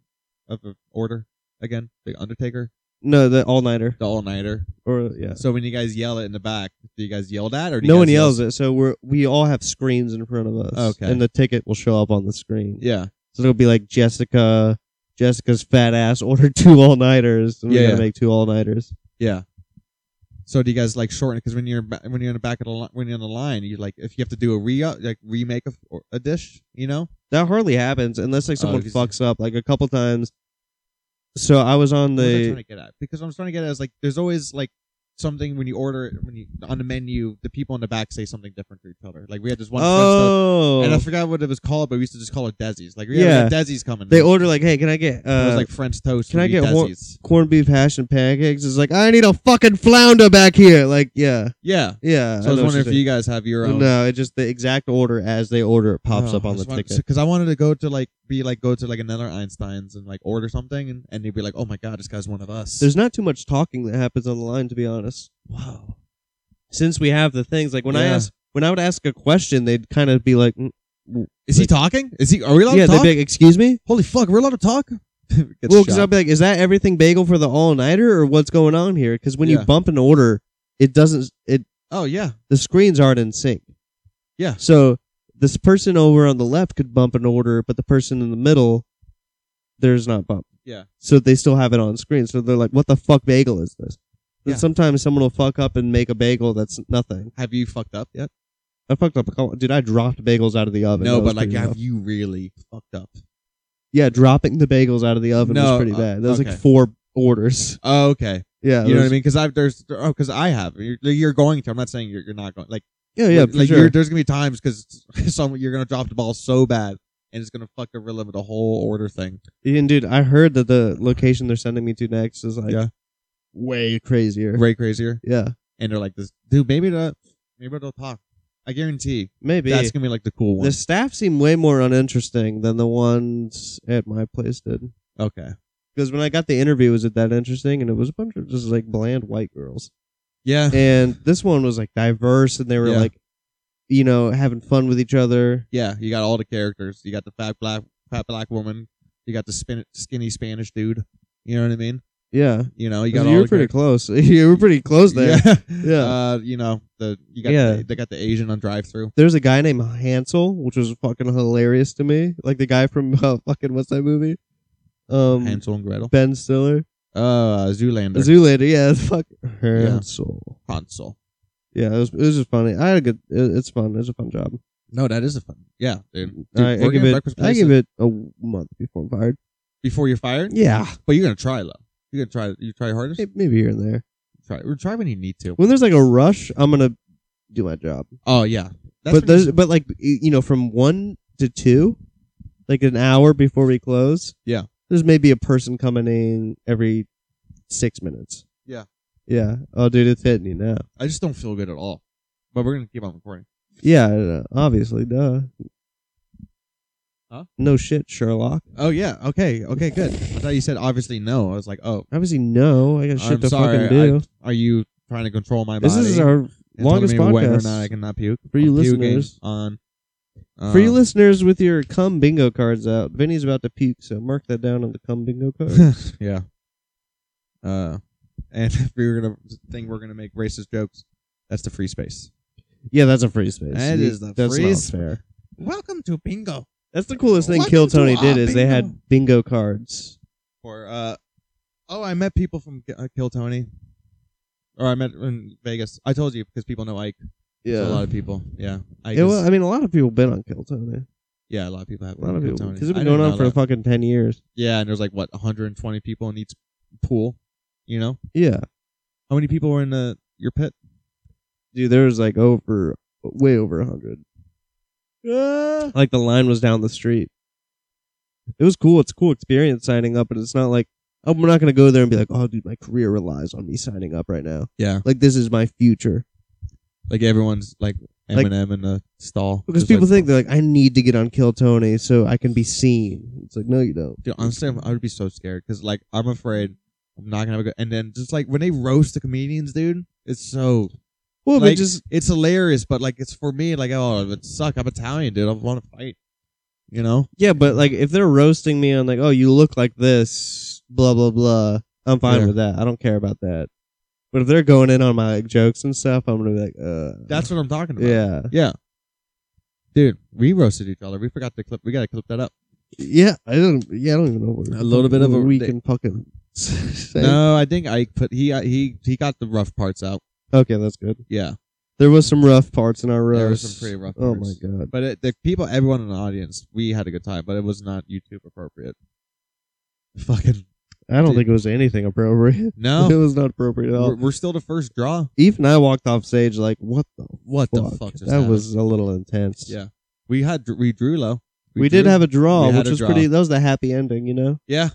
of the order again? The Undertaker, No, the all nighter the All Nighter. or yeah. So when you guys yell it in the back, do you guys yell that or do you No guys one yell- yells it, so we're we all have screens in front of us. Okay. And the ticket will show up on the screen. Yeah, So it'll be like Jessica, Jessica's fat ass ordered two all nighters, and we Yeah. gotta make two all nighters. yeah. So do you guys like shorten it? Because when you're ba- when you're in the back of the li- when you're on the line, you like if you have to do a re like remake of or a dish, you know? That hardly happens unless like someone Oh, 'cause- fucks up like a couple times. So I was on What was I trying the to get at? Because what I'm trying to get at is like there's always like something when you order it when you on the menu, the people in the back say something different to each other. Like we had this one. French toast oh And I forgot what it was called, but we used to just call it Desi's. Like, yeah, Yeah. Desi's coming. they It order like hey can I get uh was like French toast. can would I be get one- Desi's. corned beef hash and pancakes? It's like I need a fucking flounder back here. Like yeah Yeah. yeah. So I, was know what you're wondering if saying. you guys have your own. Oh, No, it just the exact order as they order it pops up on the ticket. Because I wanted to go to like be like go to like another Einstein's and like order something, and, and they'd be like, "Oh my god, this guy's one of us." There's not too much talking that happens on the line, to be honest. wow. Since we have the things, like when I Yeah. ask, when I would ask a question, they'd kind of be like, mm, Is he Like- talking? Is he? Are we allowed "Yeah," to they'd talk? be like, "Excuse me." Holy fuck, we're allowed to talk. Gets Well, because shot. I'll be like, "Is that everything bagel for the all nighter, or what's going on here?" Because when Yeah. you bump an order, it doesn't. It oh yeah, the screens aren't in sync. Yeah. So this person over on the left could bump an order, but the person in the middle, there's not bump. Yeah. So they still have it on screen. So they're like, "What the fuck bagel is this?" And Yeah. sometimes someone will fuck up and make a bagel that's nothing. have you fucked up yet? I fucked up a couple. Dude, I dropped bagels out of the oven. no, That was but like, pretty have rough. you really fucked up? yeah, dropping the bagels out of the oven No, was pretty uh, bad. That was okay. like four orders. Oh, okay, Yeah, you know it what I was- mean? Because I've there's oh, because I have. You're, you're going to. I'm not saying you're, you're not going. Like. Yeah, yeah, Like, for like sure. you're, there's gonna be times because some you're gonna drop the ball so bad and it's gonna fuck gorilla with the whole order thing. And dude, I heard that the location they're sending me to next is like Yeah. way crazier. Way crazier. Yeah, And they're like this dude. Maybe the maybe they'll talk. I guarantee maybe. that's gonna be like the cool one. the staff seem way more uninteresting than the ones at my place did. okay. Because when I got the interview, was it that interesting? And it was a bunch of just like bland white girls. Yeah. And this one was like diverse, and they were Yeah. like, you know, having fun with each other. yeah. You got all the characters. You got the fat black fat black woman. You got the spin, skinny Spanish dude. You know what I mean? Yeah, You know you you, got all were the pretty close. you were pretty close there. characters. Yeah. Yeah. Uh, you know the you got Yeah. the, they got the Asian on drive through. There's a guy named Hansel, which was fucking hilarious to me. Like the guy from uh, fucking what's that movie? Um, Hansel and Gretel. Ben Stiller, Uh, Zoolander. Zoolander, yeah, fuck Hansel. Hansel. Yeah, it was it was just funny. I had a good. It, it's fun. It's a fun job. No, that is a fun. Yeah, dude. Dude, I, I working give at it. Breakfast I Place give is- it a month before I'm fired. before you're fired. Yeah, But you're gonna try though. You're gonna try. You try your hardest. may- maybe here and there. Try. Or try when you need to. When there's like a rush, I'm gonna do my job. Oh yeah. but when you- there's but like y- you know from one to two, like an hour before we close. Yeah. there's maybe a person coming in every six minutes. Yeah. yeah. Oh, dude, it's hitting you now. I just don't feel good at all. But we're gonna keep on recording. Yeah, I know. obviously, duh. Huh? No shit, Sherlock. Oh yeah. Okay. Okay. Good. I thought you said obviously no. I was like, oh, Obviously, no. I got shit I'm to sorry, fucking do. are you trying to control my this body? is our and telling longest me Whether or podcast. not I cannot puke For you I'm puking listeners. on. for you um, listeners with your cum bingo cards out. Vinny's about to puke, so mark that down on the cum bingo card. yeah. Uh, and if we were gonna think we're gonna make racist jokes, that's the free space. yeah, that's a free space. That You- is the that's free not sp- fair. Welcome to bingo. That's the coolest thing Welcome Kill to Tony our did is they bingo. had bingo cards. Or uh, oh, I met people from K- uh, Kill Tony. Or I met in Vegas. I told you because people know Ike. So a lot of people. Yeah. Ike Yeah, is- well, I mean, a lot of people been on Kill Tony. yeah, a lot of people have. A lot of Kill people Tony. because it's I been didn't going on know for that. fucking ten years. Yeah, and there's like what 120 people in each pool. You know Yeah, how many people were in the your pit? dude, there was like over, way over a hundred. Ah. Uh, like the line was down the street. It was cool. It's a cool experience signing up, but it's not like oh, I'm not gonna go there and be like, oh, dude, my career relies on me signing up right now. Yeah, Like this is my future like everyone's like Like- Eminem in the stall because Just, people like, think they're like, I need to get on Kill Tony so I can be seen. It's like no, you don't. Dude, honestly, I'm, I would be so scared because, like, I'm afraid I'm not gonna have a good. And then just like when they roast the comedians, dude, it's so Well, but like, Oh, just it's hilarious. But like, it's for me, like, oh, it would suck. I'm Italian, dude. I want to fight. You know? yeah, but like if they're roasting me on like, oh, you look like this, blah blah blah. I'm fine Yeah. with that. I don't care about that. But if they're going in on my like, jokes and stuff, I'm gonna be like, uh, That's what I'm talking about. yeah, yeah. Dude, we roasted each other. We forgot to clip. We gotta clip that up. Yeah, I don't. Yeah, I don't even know. What A little bit of a- we can fucking. say. No, I think I put he uh, he he got the rough parts out. Okay, that's good. Yeah, There was some rough parts in our roast. There was some pretty rough Oh my parts. god. but it, the people, everyone in the audience, we had a good time. But it was not YouTube appropriate. Fucking I don't Dude. think it was anything appropriate. no. it was not appropriate at all. We're, we're still the first draw. Eve and I walked off stage like, what the What fuck? the fuck? Just that happened? was a little intense. Yeah. We had we drew low. We, did drew. have a draw, We had which a was draw. pretty. That was the happy ending, you know. yeah.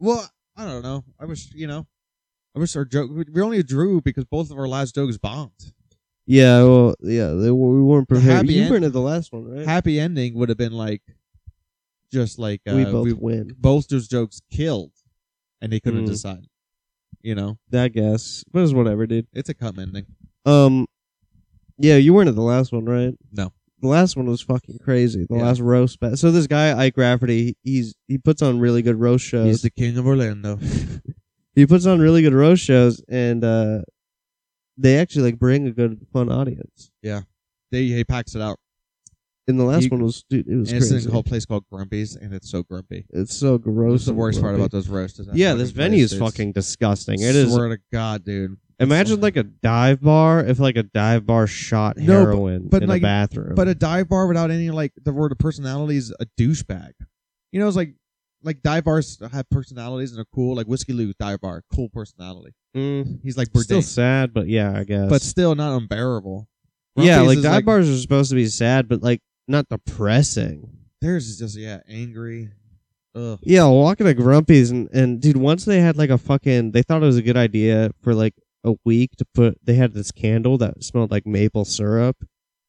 Well, I don't know. I wish you know. I wish our joke. we- We only drew because both of our last jokes bombed. Yeah. Well, yeah. They, we weren't prepared. happy You end- weren't at the last one, right? Happy ending would have been like, just like uh, we both win. both those jokes killed, and they couldn't Mm. decide. You know, I guess, but it's whatever, dude. it's a cum ending. Um, yeah, you weren't at the last one, right? No. The last one was fucking crazy. The Yeah. last roast. ba- so this guy Ike Rafferty, he- he's he puts on really good roast shows. He's the king of Orlando. he puts on really good roast shows, and uh, they actually like bring a good fun audience. they he packs it out. And the last You- one was dude, it was And it's in a crazy. whole place called Grumpy's, and it's so grumpy. it's so gross. What's the and worst part grumpy. about those roasts? is that Yeah, fucking this venue is place. It's- fucking disgusting. It is. Swear to God, dude. Imagine It's- like a dive bar if like a dive bar shot No, but- heroin but, in like- a bathroom. But a dive bar without any like the word of personality is a douchebag. You know, it's like like dive bars have personalities and are cool. Like Whiskey Lou's dive bar, cool personality. Mm, He's like still Bourdain, sad, but yeah, I guess. but still not unbearable. yeah, Rumpy's like is, dive bars are supposed to be sad, but like not depressing. Theirs is just yeah, angry. Ugh. Yeah, walking to Grumpy's and, and dude, once they had like a fucking, they thought it was a good idea for like a week to put. They had this candle that smelled like maple syrup,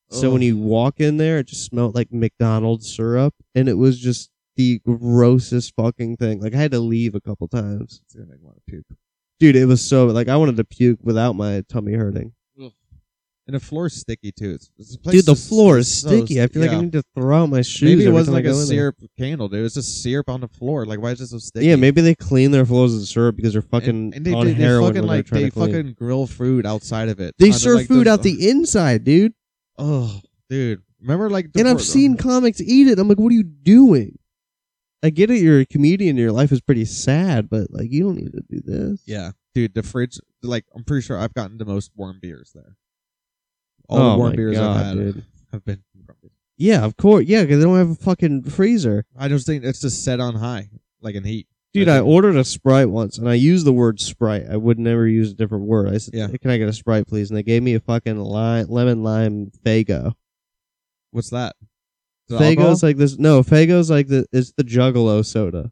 so when Ugh. you walk in there, it just smelled like McDonald's syrup, and it was just the grossest fucking thing. Like I had to leave a couple times, It's gonna make me want to puke. dude. It was so like I wanted to puke without my tummy hurting. And the floor's sticky too. It's, it's place Dude, the is floor is so sticky. I feel like yeah. I need to throw out my shoes. Maybe it every wasn't time I like a go in there. syrup candle, dude. It's just syrup on the floor. Like, why is it so sticky? Yeah, maybe they clean their floors with syrup because they're fucking and, and they, on they, they heroin fucking when like they're trying they to clean. fucking grill food outside of it. They On the, serve like, food those- out the inside, dude. Oh, dude. Remember, like, the And I've fir- seen comics eat it. I'm like, what are you doing? I get it. You're a comedian. Your life is pretty sad, but like you don't need to do this. Yeah, dude, the fridge. Like, I'm pretty sure I've gotten the most warm beers there. All the Oh warm my beers I've God, had dude. have been. Yeah, of course. Yeah, because they don't have a fucking freezer. I just think it's just set on high, like in heat. Dude, I I think- ordered a Sprite once, and I used the word Sprite. I would never use a different word. I said, Yeah. "Can I get a Sprite, please?" And they gave me a fucking lime, lemon lime Fago. What's that? Is it alcohol? Fago's like this. No, Fago's like the. It's the Juggalo soda.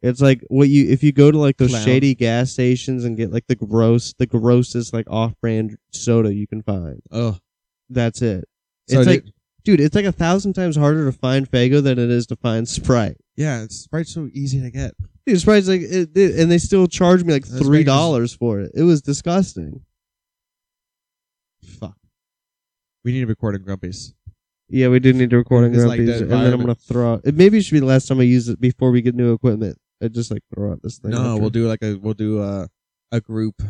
it's like what you if you go to like those Clown. shady gas stations and get like the gross, the grossest like off-brand soda you can find. oh, That's it. so it's did- like, dude, it's like a thousand times harder to find Fago than it is to find Sprite. yeah, it's Sprite's so easy to get. Dude, Sprite's like, it, it- and they still charge me like That's three dollars for it. It was disgusting. Fuck. We need to record in Grumpy's. Yeah, we do need to record on It's like Grumpy's, the and then I'm gonna environment. throw out. It maybe should be the last time I use it before we get new equipment. I just like throw out this thing. No, after. we'll do like a we'll do a a group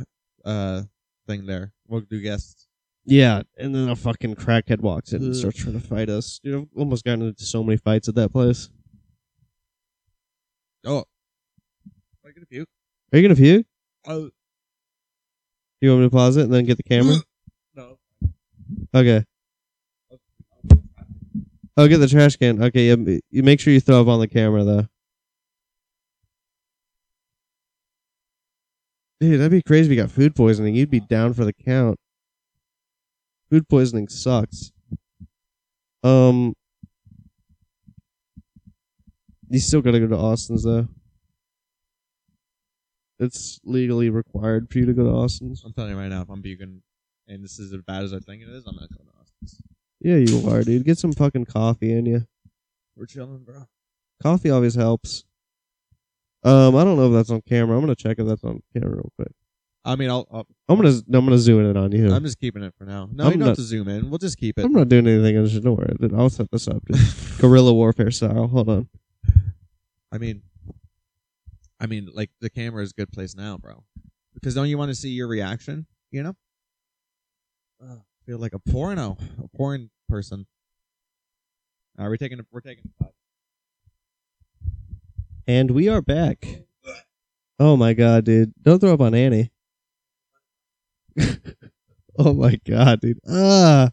uh thing there. We'll do guests. Yeah, and then a fucking crackhead walks in and Ugh. starts trying to fight us. Dude, I've almost gotten into so many fights at that place. Oh, am I gonna puke? Are you gonna puke? Oh Do you want me to pause it and then get the camera? no. Okay. Oh, get the trash can. Okay, yeah, m- you make sure you throw up on the camera though. Dude, that'd be crazy if you got food poisoning. You'd be down for the count. Food poisoning sucks. Um You still gotta go to Austin's though. It's legally required for you to go to Austin's. I'm telling you right now, if I'm puking, and this is as bad as I think it is, I'm not going to Austin's. Yeah, you are, dude. Get some fucking coffee in you. We're chilling, bro. Coffee always helps. Um, I don't know if that's on camera. I'm gonna check if that's on camera real quick. I mean, I'll, I'll I'm gonna I'm gonna zoom in on you. I'm I'm, just keeping it for now. No, I'm you don't not- have to zoom in. We'll just keep it. not doing anything. I just don't worry. dude. I'll set this up. dude. Guerrilla warfare style. Hold on. I mean, I mean, like the camera is a good place now, bro. Because don't you want to see your reaction? You know, uh, feel like a porno, a porn person. All right, we're taking, a, we're taking. A, And we are back. Oh my god, dude! Don't throw up on Annie. oh my god, dude! Ah.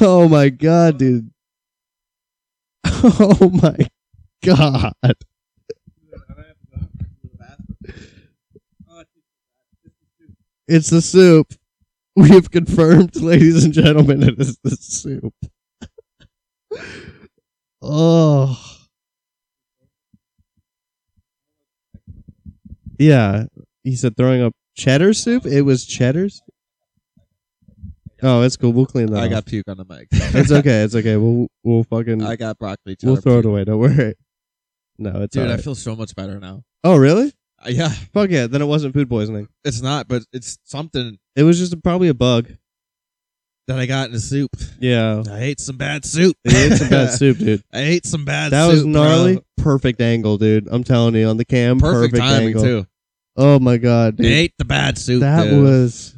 Oh my god, dude! Oh my god! It's the soup. We have confirmed, ladies and gentlemen, it is the soup. oh. Yeah. He said throwing up cheddar soup? It was cheddar's? Oh, it's cool. We'll clean that I up. got puke on the mic. It's okay. It's okay. We'll we'll fucking I got broccoli. we'll cheddar throw it puke. away. Don't worry. No, it's Dude, alright. I feel so much better now. oh, really? Uh, yeah, Fuck yeah. Then it wasn't food poisoning. it's not, but it's something It was just probably a bug. that I got in the soup. Yeah. I ate some bad soup. It's a bad soup, dude. I ate some bad That soup. was gnarly. bro. Perfect angle, dude. I'm telling you, on the cam, Perfect, timing angle. too. Oh my god, I dude, ate the bad soup. that dude. was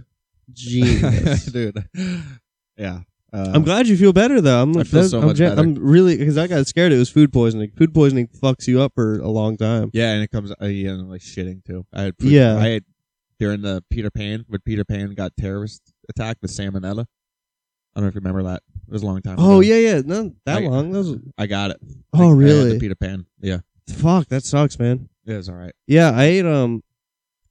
genius. dude. Yeah. Uh, I'm glad you feel better though. I'm, I feel that's- so I'm, much gen- better. I'm really because I got scared. It was food poisoning. Food poisoning fucks you up for a long time. Yeah, and it comes. Uh, yeah, and like shitting too. I had. Yeah. I had during the Peter Pan when Peter Pan got terrorist attack with salmonella. I don't know if you remember that. It was a long time. Oh ago. yeah, yeah. Not that I- long. That was, I got it. oh I- I had really? the Peter Pan. Yeah. Fuck, that sucks, man. It was all right. Yeah, I ate um.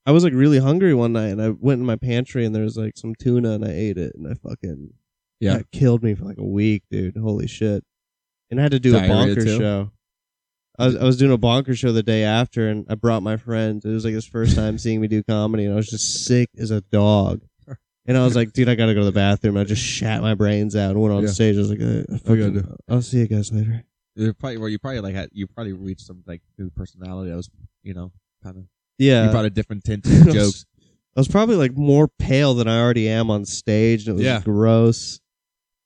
I was like really hungry one night, and I went in my pantry, and there was like some tuna, and I ate it, and I fucking Yeah. that killed me for like a week, dude. Holy shit! And I had to do Diarrhea, a bonker too? show. I was I was doing a bonker show the day after, and I brought my friend. It was like his first time seeing me do comedy, and I was just sick as a dog. And I was like, dude, I gotta go to the bathroom. I just shat my brains out and went on Yeah. stage. I was like, I, I gotta fucking, do- I'll see you guys later. You probably well, you probably like had you probably reached some like new personality that was you know kind of Yeah, you brought a different tint to your jokes. I was probably like more pale than I already am on stage, and it was Yeah. gross.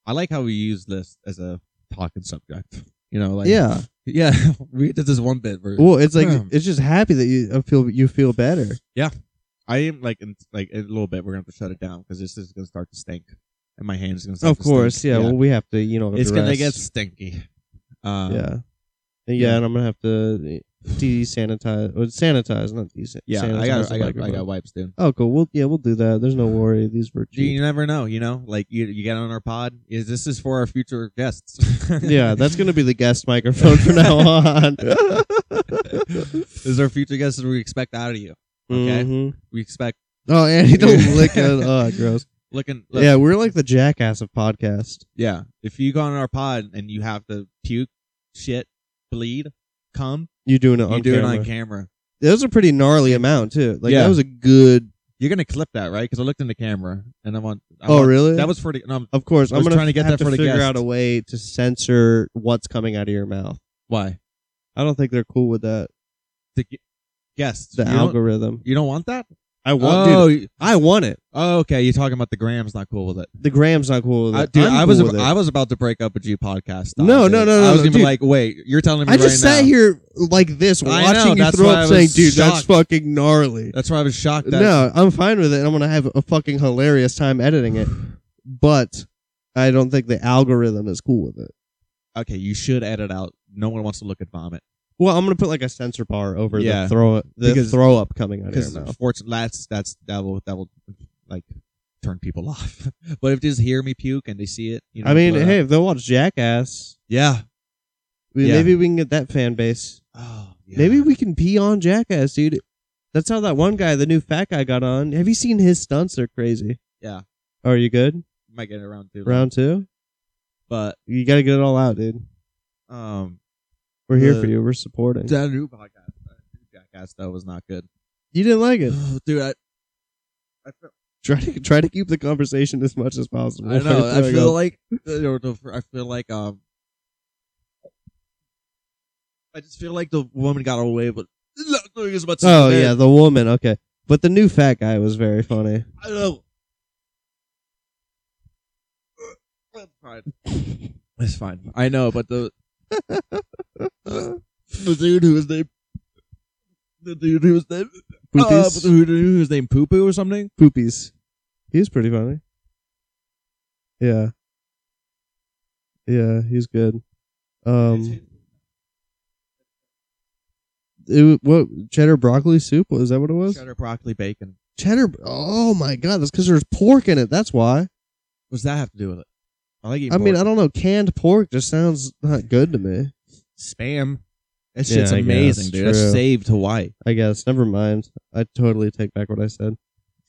I like how we use this as a talking subject. You know, like yeah. yeah. We did this one bit. Where, Well, it's like Um, it's just happy that you I feel you feel better. I am like in like in a little bit. We're gonna have to shut it down because this is gonna start to stink, and my hands gonna. Start Of to course, stink. yeah, Well, we have to, you know, it's gonna address- get stinky. Um, yeah. And yeah, and I'm gonna have to de sanitize or sanitize, not de Yeah, sanitize I got the I got I microphone. got wipes, dude. Oh, cool. We'll yeah, we'll do that. There's no worry. These were You, cheap. you never know, you know. Like you, you get on our pod. Is this is for our future guests? yeah, that's gonna be the guest microphone from now on. this is our future guests that we expect out of you. Okay. Mhm. We expect Oh, and he don't lick it. Oh, gross. looking. Look, Yeah, we're like the jackass of podcast. yeah. If you go on our pod and you have to puke, shit, bleed, come, You doing it on you do camera? it on camera. That was a pretty gnarly amount too. Like Yeah. that was a good. You're gonna clip that, right? Because I looked in the camera and I want. I oh, want- really? That was for the. um, No, Of course, I I'm was gonna trying to get have that for the figure guest. out a way to censor what's coming out of your mouth. why? I don't think they're cool with that. The gu- guests. The you Don't, algorithm. you don't want that? I want, oh, dude. you- I want it. oh, okay. You're talking about the gram's not cool with it. The Graham's not cool with it. I, dude, I'm I cool was with it. I was about to break up with you podcast. style, No, dude. no, no, I no, was no, even dude. like, wait, you're telling me I just right sat now- here like this, I watching know, you that's throw why I up, was saying, "Dude, that's shocked. fucking gnarly." That's why I was shocked. That No, I'm fine with it. and I'm gonna have a fucking hilarious time editing it, but I don't think the algorithm is cool with it. Okay, you should edit out. No one wants to look at vomit Well, I'm gonna put like a censor bar over Yeah. the throw the Because- throw up coming out of your because mouth. fortunately, that's that's that will that will like turn people off. but if they just hear me puke and they see it, you know. I mean, blur it hey, out. if they'll watch Jackass, yeah. we- Yeah. maybe we can get that fan base. Oh, yeah. Maybe we can pee on Jackass, dude. That's how that one guy, the new fat guy, got on. Have you seen his stunts? They're crazy. Oh, Yeah. Are you good? might get around to Round two? but You gotta get it all out, dude. um, We're here The- for you. We're supporting. that new podcast, that new jackass, though, was not good, you didn't like it. dude. I, I feel Try to try to keep the conversation as much as possible. I know. I Throwing feel up. like uh, the- the- the- I feel like um, I just feel like the woman got away, but Oh yeah, the woman. Okay, but the new fat guy was very funny. I know. It's fine. It's fine. I know, but the the dude who was named the dude who was named uh, Poopies. the dude who was named Poo Poo or something. Poopies. He was pretty funny. Yeah. Yeah, he's good. Um, it, wa- what cheddar broccoli soup? Is that what it was? Cheddar. cheddar broccoli bacon. oh my god, that's because there's pork in it. That's why. What does that have to do with it? I like eating I mean, pork. I don't know. Canned pork just sounds not good to me. spam. That Yeah, shit's I guess, amazing, dude. That true. saved Hawaii. I guess. Never mind. I totally take back what I said.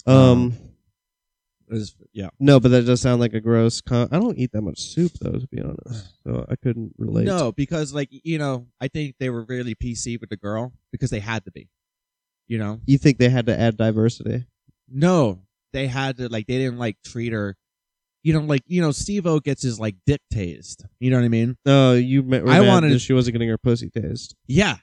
Um, It was- yeah. no, but that does sound like a gross. Con- I don't eat that much soup though, to be honest. So I couldn't relate. No, because like you know, I think they were really PC with the girl because they had to be. You know, You think they had to add diversity? no, they had to like they didn't like treat her. You know, like you know, Steve-O gets his like dick tased. You know what I mean? No, you. Meant, I I wanted- wanted that she wasn't getting her pussy taste. Yeah.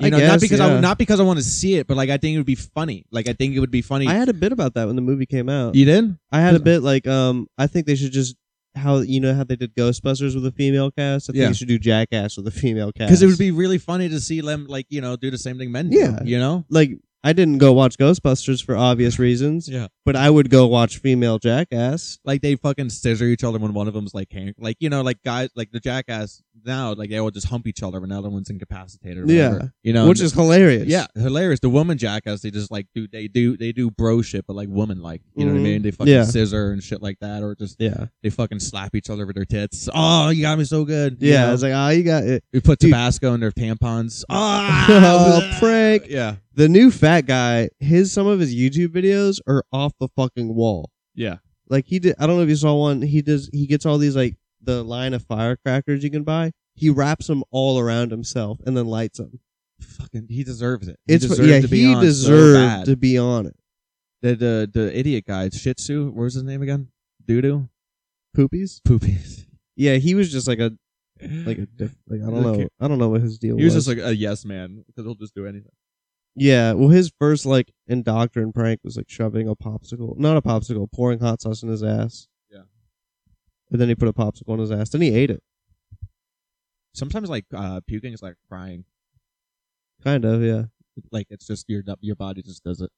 You I know, not guess, because I yeah. not because I want to see it, but like I think it would be funny. Like I think it would be funny. I had a bit about that when the movie came out. you did? I had a bit like um, I think they should just how you know how they did Ghostbusters with a female cast. I think Yeah. you should do Jackass with a female cast Because it would be really funny to see them like you know do the same thing men do. Yeah. You know? like I didn't go watch Ghostbusters for obvious reasons. Yeah. but I would go watch female Jackass. like they fucking scissor each other when one of them's like hang, like you know like guys like the jackass now like they all just hump each other when the other one's incapacitated or Yeah. whatever, you know which is hilarious. yeah hilarious the woman jackass they just like do they do they do bro shit but like woman like you know what I Mhm. mean they fucking Yeah. scissor and shit like that or just yeah, they fucking slap each other with their tits oh you got me so good you yeah. know? It's like oh, you got it. we put dude. Tabasco in their tampons "Ah!" Oh, prank. yeah The new fat guy. His some of his YouTube videos are off the fucking wall. yeah like he did i don't know if you saw one he does he gets all these like the line of firecrackers you can buy he wraps them all around himself and then lights them fucking he deserves it he it's deserved yeah to be he on so deserved bad. to be on it the the the idiot guy Shih Tzu what was his name again Doodoo poopies poopies. yeah he was just like a like a diff- like i don't know Okay. i don't know what his deal He was was just like a yes man because he'll just do anything. yeah well his first like indoctrine prank was like shoving a popsicle not a popsicle pouring hot sauce in his ass Yeah. and then he put a popsicle on his ass then he ate it Sometimes like uh, puking is like crying. kind of yeah Like it's just your your body just does it.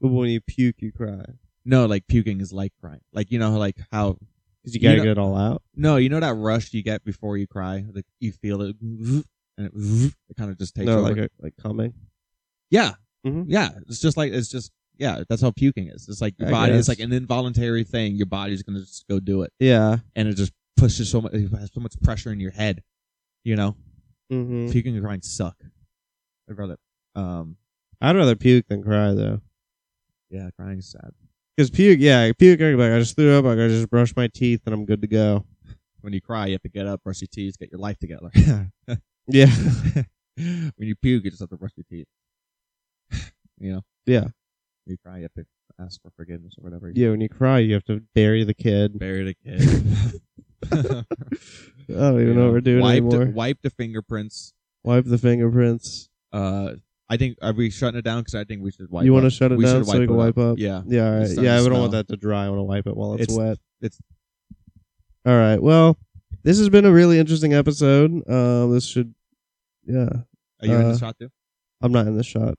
but when you puke you cry No, like puking is like crying. Like you know like how because you gotta know- get it all out. No, you know that rush you get before you cry? Like you feel it and it, it kind of just takes No, over. like a, like coming. yeah. Mhm. Yeah. It's just like it's just yeah, that's how puking is. It's like your I body guess. it's like an involuntary thing. Your body's gonna just go do it. Yeah. And it just pushes so much it has so much pressure in your head. You know? Mm-hmm. Puking and crying suck. I'd rather um I'd rather puke than cry though, yeah, crying is sad. because puke. Yeah, puke. I can be like, I just threw up. I gotta just brush my teeth and I'm good to go. When you cry, you have to get up, brush your teeth, get your life together. Yeah. when you puke, you just have to brush your teeth. You know? Yeah. When you cry, you have to ask for forgiveness or whatever. yeah. When you cry, you have to bury the kid. Bury the kid. I don't even know what we're doing wipe anymore. The, wipe the fingerprints. wipe the fingerprints. Uh, I think are we shutting it down? Because I think we should wipe. you want to shut it we down should so we can wipe up? Yeah, Yeah. All right. starting Yeah. to I don't want smell. that to dry. I want to wipe it while it's, It's- wet. it's- All right. Well, this has been a really interesting episode. Um, this should. Yeah. are you in Uh, the shot too? I'm not in the shot.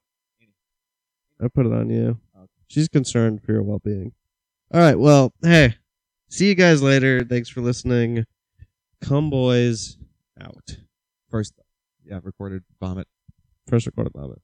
I put it on you. Okay. She's concerned for your well being. All right. Well, hey, see you guys later. Thanks for listening. Come, boys. Out. First, yeah, recorded vomit. First recorded lava.